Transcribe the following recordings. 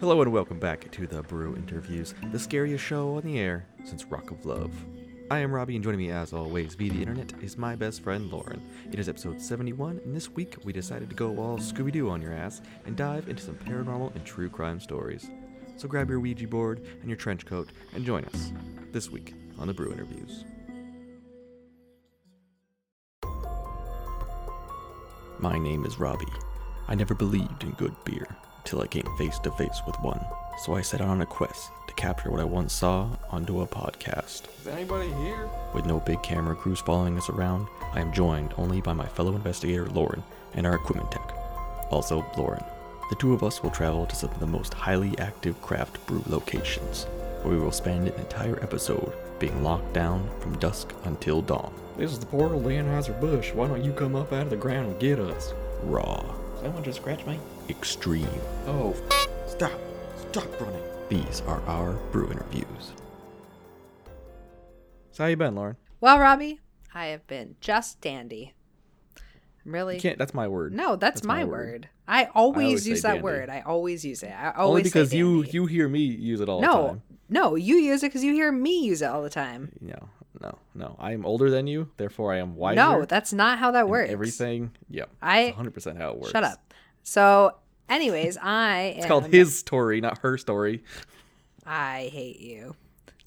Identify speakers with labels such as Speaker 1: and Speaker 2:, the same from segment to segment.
Speaker 1: Hello and welcome back to the Brew Interviews, the scariest show on the air since Rock of Love. I am Robbie, and joining me as always via the internet is my best friend Lauren. It is episode 71, and this week we decided to go all Scooby Doo on your ass and dive into some paranormal and true crime stories. So grab your Ouija board and your trench coat and join us this week on the Brew Interviews. My name is Robbie. I never believed in good beer till I came face to face with one. So I set out on a quest to capture what I once saw onto a podcast.
Speaker 2: Is anybody here?
Speaker 1: With no big camera crews following us around, I am joined only by my fellow investigator Lauren and our equipment tech, also Lauren. The two of us will travel to some of the most highly active craft brew locations, where we will spend an entire episode being locked down from dusk until dawn.
Speaker 2: This is the portal to Anheuser Busch. Why don't you come up out of the ground and get us?
Speaker 1: Raw,
Speaker 2: Someone just scratched me.
Speaker 1: extreme.
Speaker 2: Oh,
Speaker 1: Stop! Stop running! These are our brew interviews. So how you been, Lauren?
Speaker 3: Well, Robbie, I have been just dandy. I'm really
Speaker 1: You can't. That's my word.
Speaker 3: no. That's, my, word. I always,
Speaker 1: say
Speaker 3: use that
Speaker 1: dandy.
Speaker 3: word. I always use it. I always
Speaker 1: Only
Speaker 3: say
Speaker 1: because you
Speaker 3: dandy.
Speaker 1: you hear me use it all the
Speaker 3: no
Speaker 1: time.
Speaker 3: no you use it because you hear me use it all the time.
Speaker 1: No, no, no. I am older than you, therefore I am wiser.
Speaker 3: No, that's not how that
Speaker 1: in
Speaker 3: works.
Speaker 1: Everything. Yep.
Speaker 3: I
Speaker 1: 100 percent how it works.
Speaker 3: shut up. So, anyways, I
Speaker 1: It's called his story, not her story.
Speaker 3: I hate you.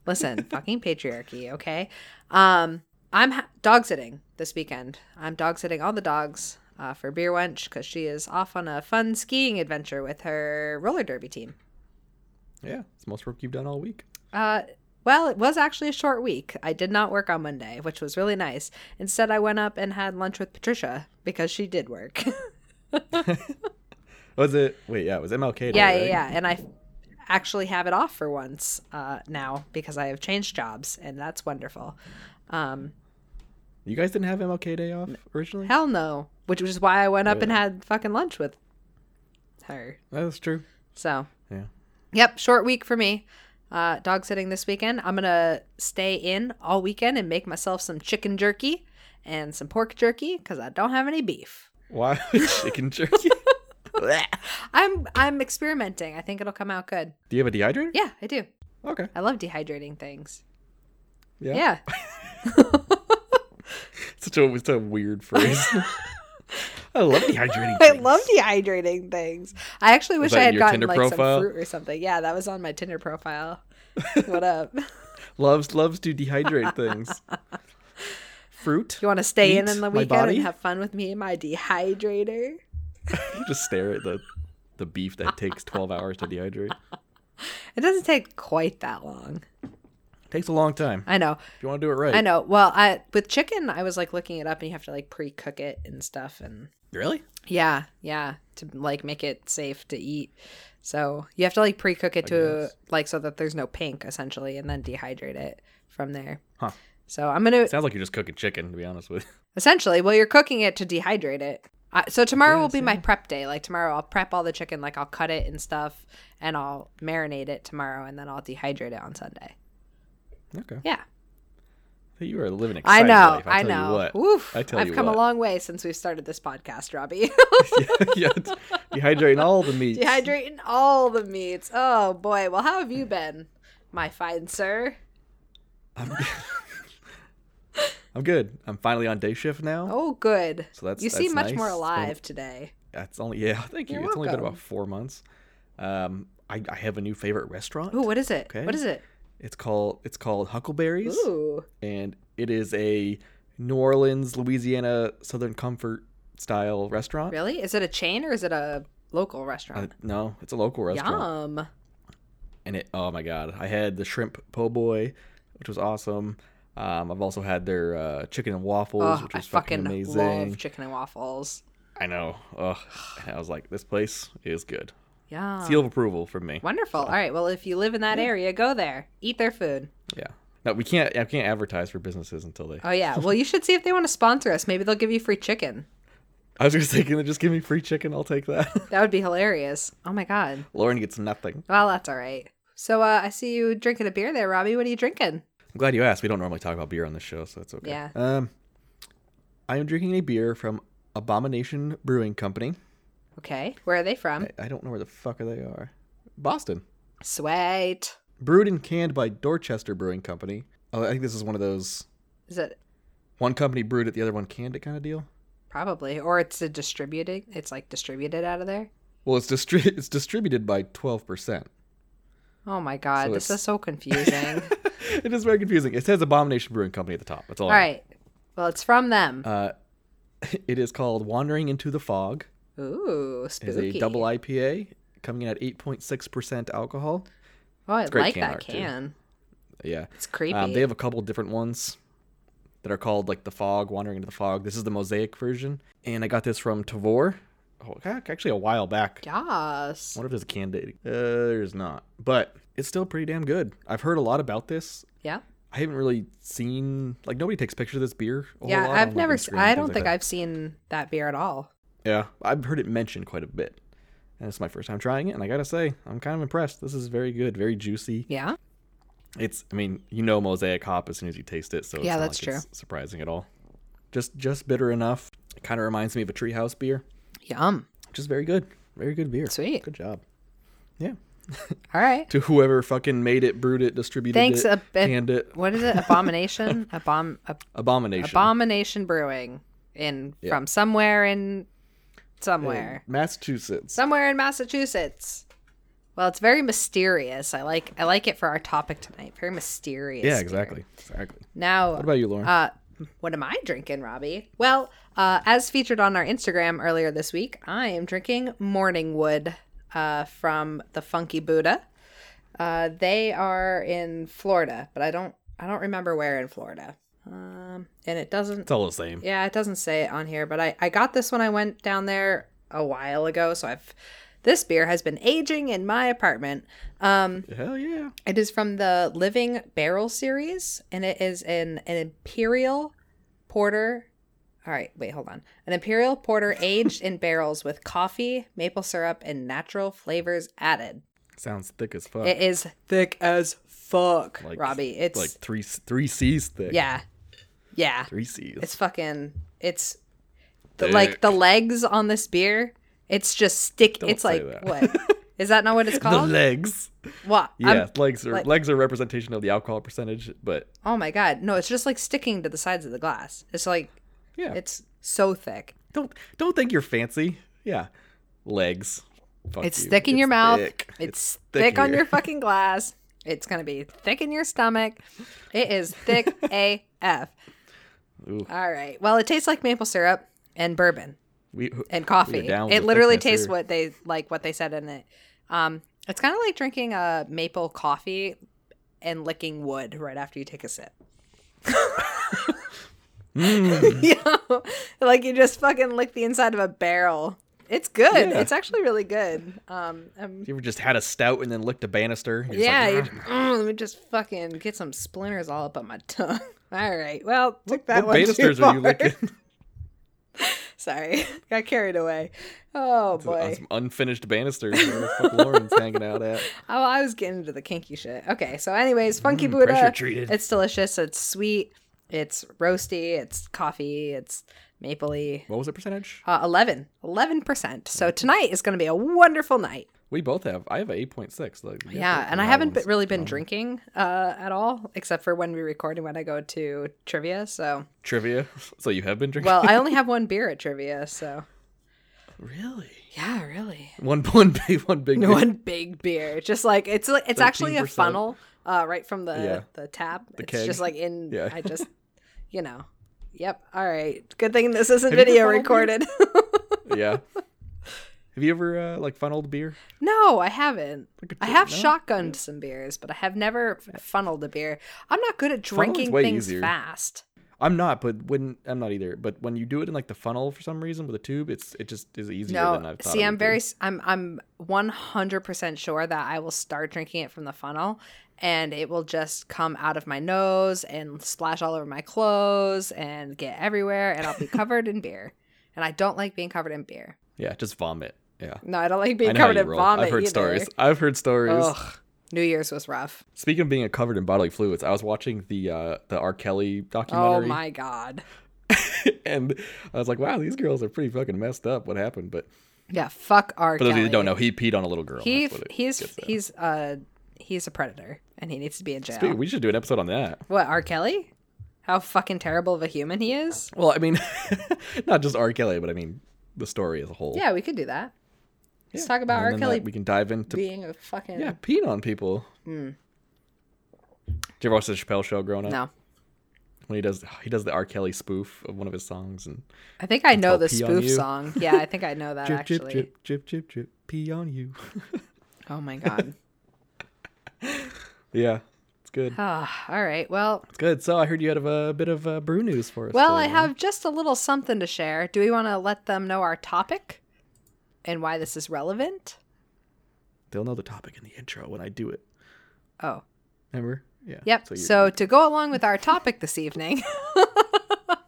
Speaker 3: Listen, fucking patriarchy, okay? Um, I'm ha- dog sitting this weekend. I'm dog sitting all the dogs uh, for Beer Wench because she is off on a fun skiing adventure with her roller derby team.
Speaker 1: Yeah, it's the most work you've done all week.
Speaker 3: Uh, well, it was actually a short week. I did not work on Monday, which was really nice. Instead, I went up and had lunch with Patricia because she did work.
Speaker 1: Was it? Wait, yeah, it was MLK. Day,
Speaker 3: yeah,
Speaker 1: right?
Speaker 3: yeah, yeah. And I actually have it off for once uh, now because I have changed jobs, and that's wonderful. Um,
Speaker 1: You guys didn't have MLK Day off originally.
Speaker 3: Hell no. Which was why I went up and had fucking lunch with her.
Speaker 1: That's true.
Speaker 3: So,
Speaker 1: Yeah.
Speaker 3: yep, short week for me. Uh, dog sitting this weekend. I'm going to stay in all weekend and make myself some chicken jerky and some pork jerky because I don't have any beef.
Speaker 1: Why chicken jerky?
Speaker 3: I'm I'm experimenting. I think it'll come out good.
Speaker 1: Do you have a dehydrator?
Speaker 3: Yeah, I do.
Speaker 1: Okay.
Speaker 3: I love dehydrating things.
Speaker 1: Yeah.
Speaker 3: Yeah.
Speaker 1: Such a, it's a weird phrase. I love dehydrating.
Speaker 3: I
Speaker 1: things.
Speaker 3: love dehydrating things. I actually wish
Speaker 1: that
Speaker 3: I
Speaker 1: in
Speaker 3: had
Speaker 1: your
Speaker 3: gotten
Speaker 1: Tinder
Speaker 3: like
Speaker 1: profile?
Speaker 3: some fruit or something. Yeah, that was on my Tinder profile. what up?
Speaker 1: loves loves to dehydrate things. Fruit.
Speaker 3: You want to stay in
Speaker 1: Eat
Speaker 3: in
Speaker 1: my
Speaker 3: the weekend
Speaker 1: body?
Speaker 3: and have fun with me and my dehydrator?
Speaker 1: Just stare at the the beef that takes twelve hours to dehydrate.
Speaker 3: It doesn't take quite that long.
Speaker 1: takes a long time
Speaker 3: I know.
Speaker 1: if you want to do it right.
Speaker 3: I know. Well, I with chicken, I was like looking it up and you have to like pre-cook it and stuff and
Speaker 1: Really?
Speaker 3: yeah, yeah, to like make it safe to eat. So, you have to like pre-cook it to
Speaker 1: guess.
Speaker 3: like so that there's no pink essentially and then dehydrate it from there.
Speaker 1: Huh.
Speaker 3: So, I'm going to
Speaker 1: Sounds like you're just cooking chicken, to be honest with. you.
Speaker 3: essentially, well, you're cooking it to dehydrate it. I, so tomorrow will
Speaker 1: guess,
Speaker 3: be my
Speaker 1: yeah.
Speaker 3: prep day. Like tomorrow, I'll prep all the chicken. Like I'll cut it and stuff, and I'll marinate it tomorrow, and then I'll dehydrate it on Sunday.
Speaker 1: Okay.
Speaker 3: Yeah,
Speaker 1: You are living an
Speaker 3: I
Speaker 1: exciting
Speaker 3: know,
Speaker 1: life. I,
Speaker 3: I,
Speaker 1: tell
Speaker 3: know.
Speaker 1: You what.
Speaker 3: Oof,
Speaker 1: I tell
Speaker 3: I've
Speaker 1: you
Speaker 3: come
Speaker 1: what.
Speaker 3: a long way since we've started this podcast, Robbie.
Speaker 1: yeah, it's dehydrating all the meats.
Speaker 3: Dehydrating all the meats. Oh boy. Well, how have you been, my fine sir?
Speaker 1: I'm good. I'm finally on day shift now.
Speaker 3: Oh, good.
Speaker 1: So that's-
Speaker 3: you seem
Speaker 1: that's
Speaker 3: much
Speaker 1: nice.
Speaker 3: more
Speaker 1: Well-
Speaker 3: alive today.
Speaker 1: That's only yeah. Thank you.
Speaker 3: You're
Speaker 1: it's only been
Speaker 3: welcome.
Speaker 1: about four months. Um, I, I have a new favorite restaurant.
Speaker 3: Ooh, what is it?
Speaker 1: Okay.
Speaker 3: What is it?
Speaker 1: It's called it's called Huckleberries,
Speaker 3: Ooh,
Speaker 1: and it is a New Orleans, Louisiana, Southern Comfort style restaurant.
Speaker 3: really? Is it a chain or is it a local
Speaker 1: Uh,
Speaker 3: restaurant?
Speaker 1: no, it's a local restaurant,
Speaker 3: Yum.
Speaker 1: and it oh my god, I had the shrimp po' boy, which was awesome. Um, I've also had their uh, chicken and waffles,
Speaker 3: Oh,
Speaker 1: which
Speaker 3: I
Speaker 1: was
Speaker 3: fucking
Speaker 1: amazing.
Speaker 3: love chicken and waffles.
Speaker 1: I know. Ugh. And I was like, this place is good.
Speaker 3: Yeah.
Speaker 1: Seal of approval from me.
Speaker 3: Wonderful. All right. Well, if you live in that area, go there. Eat their food.
Speaker 1: Yeah. No, we can't. I can't advertise for businesses until they.
Speaker 3: Oh yeah. Well, you should see if they want to sponsor us. Maybe they'll give you free chicken.
Speaker 1: I was just thinking, just give me free chicken. I'll take that.
Speaker 3: That would be hilarious. Oh my god.
Speaker 1: Lauren gets nothing.
Speaker 3: Well, that's all right. So uh, I see you drinking a beer there, Robbie. What are you drinking?
Speaker 1: I'm glad you asked. We don't normally talk about beer on this show, so it's okay.
Speaker 3: Yeah.
Speaker 1: Um, I am drinking a beer from Abomination Brewing Company.
Speaker 3: Okay. Where are they from?
Speaker 1: I, I don't know where the fuck they are. Boston.
Speaker 3: Sweet.
Speaker 1: Brewed and canned by Dorchester Brewing Company. Oh, I think this is one of those
Speaker 3: Is it
Speaker 1: one company brewed it, the other one canned it kind of deal.
Speaker 3: probably? Or it's a distributing. It's like distributed out of there.
Speaker 1: Well, it's distri- it's distributed by twelve percent.
Speaker 3: Oh my god,
Speaker 1: So
Speaker 3: this
Speaker 1: it's-
Speaker 3: is so confusing.
Speaker 1: it is very confusing. It says Abomination Brewing Company at the top. That's all.
Speaker 3: All right. Well, it's from them.
Speaker 1: Uh, it is called Wandering into the Fog.
Speaker 3: Ooh,
Speaker 1: It Uh, is
Speaker 3: spooky.
Speaker 1: a double IPA coming in at eight point six percent alcohol.
Speaker 3: Oh, I
Speaker 1: great
Speaker 3: like
Speaker 1: can
Speaker 3: that
Speaker 1: art, too.
Speaker 3: can.
Speaker 1: Yeah.
Speaker 3: It's creepy.
Speaker 1: Um, they have a couple different ones that are called like the fog, wandering into the fog. This is the mosaic version, and I got this from Tavor. Oh, heck, actually, a while back.
Speaker 3: Yes.
Speaker 1: I wonder if there's a candidate. Uh, there's not, but it's still pretty damn good. I've heard a lot about this.
Speaker 3: Yeah.
Speaker 1: I haven't really seen like nobody takes pictures of this beer. A whole
Speaker 3: Yeah,
Speaker 1: lot on,
Speaker 3: I've
Speaker 1: like,
Speaker 3: never.
Speaker 1: Instagram
Speaker 3: s-
Speaker 1: and
Speaker 3: I
Speaker 1: things
Speaker 3: don't
Speaker 1: like
Speaker 3: think
Speaker 1: that.
Speaker 3: I've seen that beer at all.
Speaker 1: Yeah, I've heard it mentioned quite a bit, and it's my first time trying it. And I gotta say, I'm kind of impressed. This is very good, very juicy.
Speaker 3: Yeah.
Speaker 1: It's, I mean, you know, mosaic hop as soon as you taste it, so it's
Speaker 3: Yeah,
Speaker 1: not
Speaker 3: that's
Speaker 1: like it's surprising at all. Just, just bitter enough. It kind of reminds me of a treehouse beer,
Speaker 3: Yum.
Speaker 1: which is very good, very good beer.
Speaker 3: Sweet.
Speaker 1: good job. Yeah,
Speaker 3: All right.
Speaker 1: to whoever fucking made it, brewed it, distributed
Speaker 3: Thanks, uh,
Speaker 1: it,
Speaker 3: a bit-
Speaker 1: canned it,
Speaker 3: What is it? Abomination. Abom. Ab-
Speaker 1: abomination.
Speaker 3: Abomination Brewing in from somewhere in somewhere.
Speaker 1: Massachusetts.
Speaker 3: Somewhere in Massachusetts. Well, it's very mysterious. I like I like it for our topic tonight. Very mysterious.
Speaker 1: Yeah,
Speaker 3: beer.
Speaker 1: exactly, exactly.
Speaker 3: Now,
Speaker 1: What about you, Lauren?
Speaker 3: Uh, what am I drinking, Robbie? Well, uh, as featured on our Instagram earlier this week, I am drinking Morning Wood uh, from the Funky Buddha. Uh, they are in Florida, but I don't I don't remember where in Florida. Um, and it doesn't
Speaker 1: it's all the same.
Speaker 3: yeah, it doesn't say it on here, but I, I got this when I went down there a while ago, so I've this beer has been aging in my apartment. Um,
Speaker 1: Hell yeah.
Speaker 3: it is from the Living Barrel series, and it is an, an imperial porter. All right, wait, hold on. An imperial porter aged in barrels with coffee, maple syrup, and natural flavors added.
Speaker 1: Sounds thick as fuck.
Speaker 3: It is thick as fuck,
Speaker 1: Like-
Speaker 3: Robbie. It's
Speaker 1: like three three C's thick.
Speaker 3: yeah, yeah.
Speaker 1: Three C's.
Speaker 3: It's fucking. It's the, like the legs on this beer. It's just stick. it's
Speaker 1: say
Speaker 3: like
Speaker 1: that.
Speaker 3: what is that? Not what it's
Speaker 1: the
Speaker 3: called?
Speaker 1: legs.
Speaker 3: what?
Speaker 1: Yeah,
Speaker 3: I'm-
Speaker 1: legs are
Speaker 3: like-
Speaker 1: legs are representation of the alcohol percentage, but
Speaker 3: oh my god! No, it's just like sticking to the sides of the glass. It's like
Speaker 1: yeah.
Speaker 3: it's so thick.
Speaker 1: don't don't think you're fancy. Yeah. Legs. Fuck
Speaker 3: It's
Speaker 1: you.
Speaker 3: thick in your mouth.
Speaker 1: thick.
Speaker 3: It's, thick, on
Speaker 1: here.
Speaker 3: your fucking glass. It's gonna be thick in your stomach. It is thick AF.
Speaker 1: Ooh.
Speaker 3: All right. Well, it tastes like maple syrup and bourbon.
Speaker 1: We,
Speaker 3: and coffee.
Speaker 1: We are down with
Speaker 3: It
Speaker 1: the
Speaker 3: literally
Speaker 1: thickness
Speaker 3: tastes
Speaker 1: here.
Speaker 3: what they like what they said in it. Um, it's kind of like drinking a maple coffee and licking wood right after you take a sip.
Speaker 1: Mm.
Speaker 3: you know, like you just fucking lick the inside of a barrel. It's good.
Speaker 1: Yeah.
Speaker 3: It's actually really good. Um, um,
Speaker 1: you ever just had a stout and then licked a banister? You're just
Speaker 3: yeah,
Speaker 1: like,
Speaker 3: you
Speaker 1: "Ah."
Speaker 3: mm, let me just fucking get some splinters all up on my tongue. All right, well, took that
Speaker 1: what
Speaker 3: one too
Speaker 1: banisters are you
Speaker 3: far.
Speaker 1: licking?
Speaker 3: Sorry, got carried away. Oh boy,
Speaker 1: Some unfinished banisters. Where the fuck Lauren's hanging out at?
Speaker 3: Oh, I was getting into the kinky shit. Okay, so anyways, Funky
Speaker 1: Mm, pressure
Speaker 3: Buddha.
Speaker 1: treated.
Speaker 3: It's delicious. It's sweet. It's roasty. It's coffee. It's mapley.
Speaker 1: What was the percentage?
Speaker 3: Uh, 11. 11%. So tonight is going to be a wonderful night.
Speaker 1: We both have. I have an eight point six. Like, we have
Speaker 3: Yeah,
Speaker 1: both
Speaker 3: and I
Speaker 1: high
Speaker 3: haven't
Speaker 1: ones.
Speaker 3: been, really been drinking uh, at all, except for when we record and when I go to trivia. So,
Speaker 1: trivia. So you have been drinking.
Speaker 3: well, I only have one beer at trivia. So,
Speaker 1: really,
Speaker 3: yeah, really.
Speaker 1: one one big one big.
Speaker 3: One big beer. Just like it's like it's actually a
Speaker 1: 13%.
Speaker 3: funnel uh, right from the
Speaker 1: Yeah.
Speaker 3: the tap. it's
Speaker 1: keg.
Speaker 3: just like in
Speaker 1: Yeah.
Speaker 3: I just you know. Yep. All right. Good thing this isn't
Speaker 1: you
Speaker 3: video
Speaker 1: funneled beer?
Speaker 3: recorded.
Speaker 1: yeah. Have you ever uh, like funneled beer?
Speaker 3: no, I haven't. I have
Speaker 1: no?
Speaker 3: shotgunned some beers, but I have never funneled a beer. I'm not good at
Speaker 1: Funneling's
Speaker 3: drinking
Speaker 1: way
Speaker 3: things
Speaker 1: easier.
Speaker 3: fast.
Speaker 1: I'm not, but when I'm not either. But when you do it in like the funnel for some reason with a tube, it's it just is easier than
Speaker 3: No,
Speaker 1: I've thought.
Speaker 3: see,
Speaker 1: it
Speaker 3: I'm
Speaker 1: would
Speaker 3: very,
Speaker 1: be.
Speaker 3: s- I'm, I'm 100% sure that I will start drinking it from the funnel and it will just come out of my nose and splash all over my clothes and get everywhere and I'll be covered in beer. And I don't like being covered in beer.
Speaker 1: yeah, just vomit. Yeah,
Speaker 3: No, I don't like
Speaker 1: I
Speaker 3: being
Speaker 1: know how
Speaker 3: covered
Speaker 1: you
Speaker 3: in
Speaker 1: roll.
Speaker 3: vomit.
Speaker 1: I've heard
Speaker 3: either.
Speaker 1: stories. I've heard stories.
Speaker 3: Ugh. New Year's was rough.
Speaker 1: Speaking of being covered in bodily fluids, I was watching the uh, the R. Kelly
Speaker 3: Oh
Speaker 1: documentary,
Speaker 3: my God.
Speaker 1: and I was like, wow, these girls are pretty fucking messed up. What happened? But
Speaker 3: Yeah, fuck R.
Speaker 1: For those of you
Speaker 3: Kelly.
Speaker 1: that don't know, he peed on a little girl.
Speaker 3: he
Speaker 1: That's what it
Speaker 3: he's
Speaker 1: gets at.
Speaker 3: he's uh he's a predator and he needs to be in jail.
Speaker 1: Speak- We should do an episode on that.
Speaker 3: What R. Kelly? How fucking terrible of a human he is.
Speaker 1: Well, I mean, not just R. Kelly, but I mean the story as a whole.
Speaker 3: Yeah, we could do that. Let's talk about
Speaker 1: And
Speaker 3: R.
Speaker 1: then
Speaker 3: Kelly
Speaker 1: that- we can dive into
Speaker 3: being a fucking
Speaker 1: yeah, peeing on people. Did you ever watch the Chappelle Show growing up?
Speaker 3: Hmm. no.
Speaker 1: When he does he does the R. Kelly spoof of one of his songs and
Speaker 3: I think I know
Speaker 1: all
Speaker 3: the
Speaker 1: pee on
Speaker 3: spoof
Speaker 1: you.
Speaker 3: song. Yeah, I think I know that
Speaker 4: Jip, jip,
Speaker 3: actually.
Speaker 4: jip, jip, jip, jip, pee on you.
Speaker 3: Oh my god.
Speaker 1: yeah, it's good.
Speaker 3: Ah, all right. Well,
Speaker 1: It's good. So I heard you had a bit of uh, brew news for us.
Speaker 3: well, I
Speaker 1: today.
Speaker 3: have just a little something to share. Do we want to let them know our topic and why this is relevant?
Speaker 1: They'll know the topic in the intro when I do it.
Speaker 3: Oh,
Speaker 1: Remember? Yeah.
Speaker 3: Yep. So,
Speaker 1: you're-
Speaker 3: to go along with our topic this evening,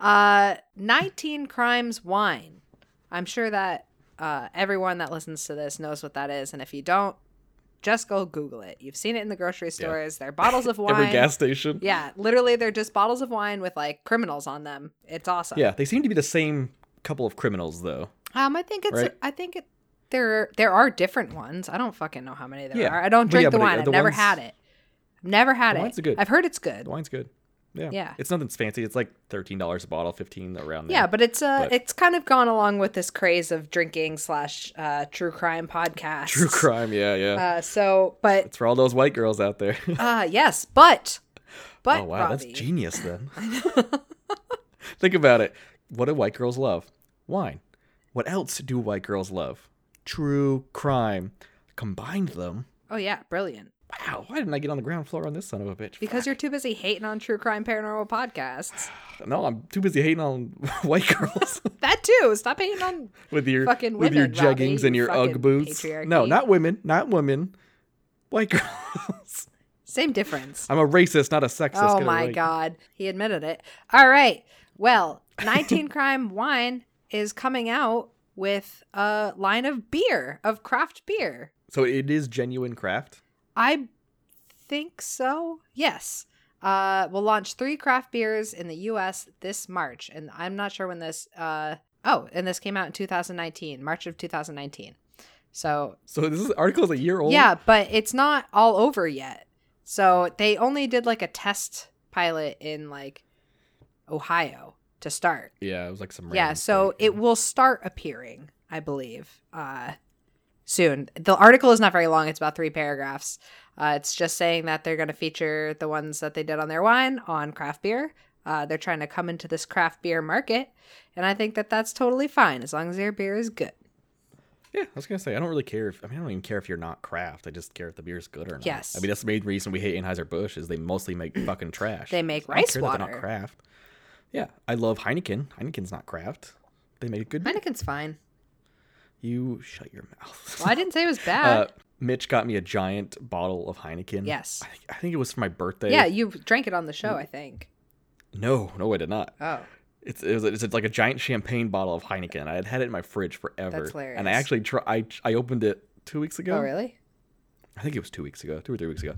Speaker 3: uh, 19 Crimes Wine. I'm sure that uh, everyone that listens to this knows what that is. And if you don't, just go Google it. You've seen it in the grocery stores. They're bottles of wine.
Speaker 1: every gas station.
Speaker 3: Yeah. Literally, they're just bottles of wine with like criminals on them. It's awesome.
Speaker 1: Yeah, they seem to be the same couple of criminals though.
Speaker 3: Um, I think it's,
Speaker 1: Right.
Speaker 3: I think it, there, there are different ones. I don't fucking know how many there
Speaker 1: Yeah.
Speaker 3: are. I don't
Speaker 1: But
Speaker 3: drink
Speaker 1: yeah,
Speaker 3: the
Speaker 1: but, uh,
Speaker 3: wine. I've
Speaker 1: the
Speaker 3: never
Speaker 1: ones-
Speaker 3: had it. I've never had
Speaker 1: The
Speaker 3: it.
Speaker 1: wine's good.
Speaker 3: I've heard it's good.
Speaker 1: The wine's good. Yeah.
Speaker 3: Yeah.
Speaker 1: It's nothing fancy. It's like thirteen dollars a bottle, fifteen around there.
Speaker 3: Yeah, but it's uh,
Speaker 1: But-
Speaker 3: it's kind of gone along with this craze of drinking slash uh, true crime podcast.
Speaker 1: true crime. Yeah, yeah.
Speaker 3: Uh, so, but
Speaker 1: it's for all those white girls out there.
Speaker 3: uh, yes, but but
Speaker 1: oh wow,
Speaker 3: Robbie,
Speaker 1: that's genius then. Think about it. What do white girls love? Wine. What else do white girls love? True crime. Combined them.
Speaker 3: oh yeah, brilliant.
Speaker 1: Wow, why didn't I get on the ground floor on this son of a bitch?
Speaker 3: Because you're too busy hating on true crime paranormal podcasts.
Speaker 1: No, I'm too busy hating on white girls
Speaker 3: That too. Stop hating on.
Speaker 1: with your
Speaker 3: Fucking
Speaker 1: with your
Speaker 3: women, Robbie,
Speaker 1: jeggings
Speaker 3: you
Speaker 1: and your
Speaker 3: fucking
Speaker 1: UGG boots. No,
Speaker 3: patriarchy.
Speaker 1: not women, not women. White girls.
Speaker 3: Same difference.
Speaker 1: I'm a racist, not a sexist.
Speaker 3: Oh
Speaker 1: Get it
Speaker 3: my
Speaker 1: right.
Speaker 3: god, he admitted it. All right. Well, 19 Crime Wine is coming out with a line of beer of craft beer.
Speaker 1: So it is genuine craft.
Speaker 3: I think so. Yes. Uh, we'll launch three craft beers in the U.S. this March, and I'm not sure when this. Uh, oh, and this came out in 2019, March of 2019. So
Speaker 1: So this is article's a year old.
Speaker 3: yeah, but it's not all over yet. So they only did like a test pilot in like Ohio to start.
Speaker 1: Yeah, it was like some.
Speaker 3: Yeah,
Speaker 1: random
Speaker 3: so
Speaker 1: thing.
Speaker 3: it will start appearing, I believe, uh, soon. The article is not very long; it's about three paragraphs. Uh, it's just saying that they're going to feature the ones that they did on their wine on craft beer. Uh, they're trying to come into this craft beer market, and I think that that's totally fine as long as their beer is good.
Speaker 1: Yeah, I was gonna say I don't really care if I mean I don't even care if you're not craft. I just care if the beer's good or not.
Speaker 3: Yes.
Speaker 1: I mean that's the main reason we hate Anheuser Busch is they mostly make fucking trash.
Speaker 3: They make
Speaker 1: I don't
Speaker 3: rice
Speaker 1: care That they're
Speaker 3: water.
Speaker 1: not craft. Yeah, I love Heineken. Heineken's not craft. They make good. beer.
Speaker 3: Heineken's fine.
Speaker 1: You shut your mouth.
Speaker 3: Well, I didn't say it was bad.
Speaker 1: Uh, Mitch got me a giant bottle of Heineken.
Speaker 3: Yes.
Speaker 1: I, I Mm. think it was for my birthday.
Speaker 3: yeah, you drank it on the show, I think.
Speaker 1: No, no, I did not.
Speaker 3: Oh,
Speaker 1: It's it was it's like a giant champagne bottle of Heineken. I had had it in my fridge forever.
Speaker 3: That's hilarious.
Speaker 1: And I actually try I I opened it two weeks ago.
Speaker 3: oh, really?
Speaker 1: I think it was two weeks ago, two or three weeks ago.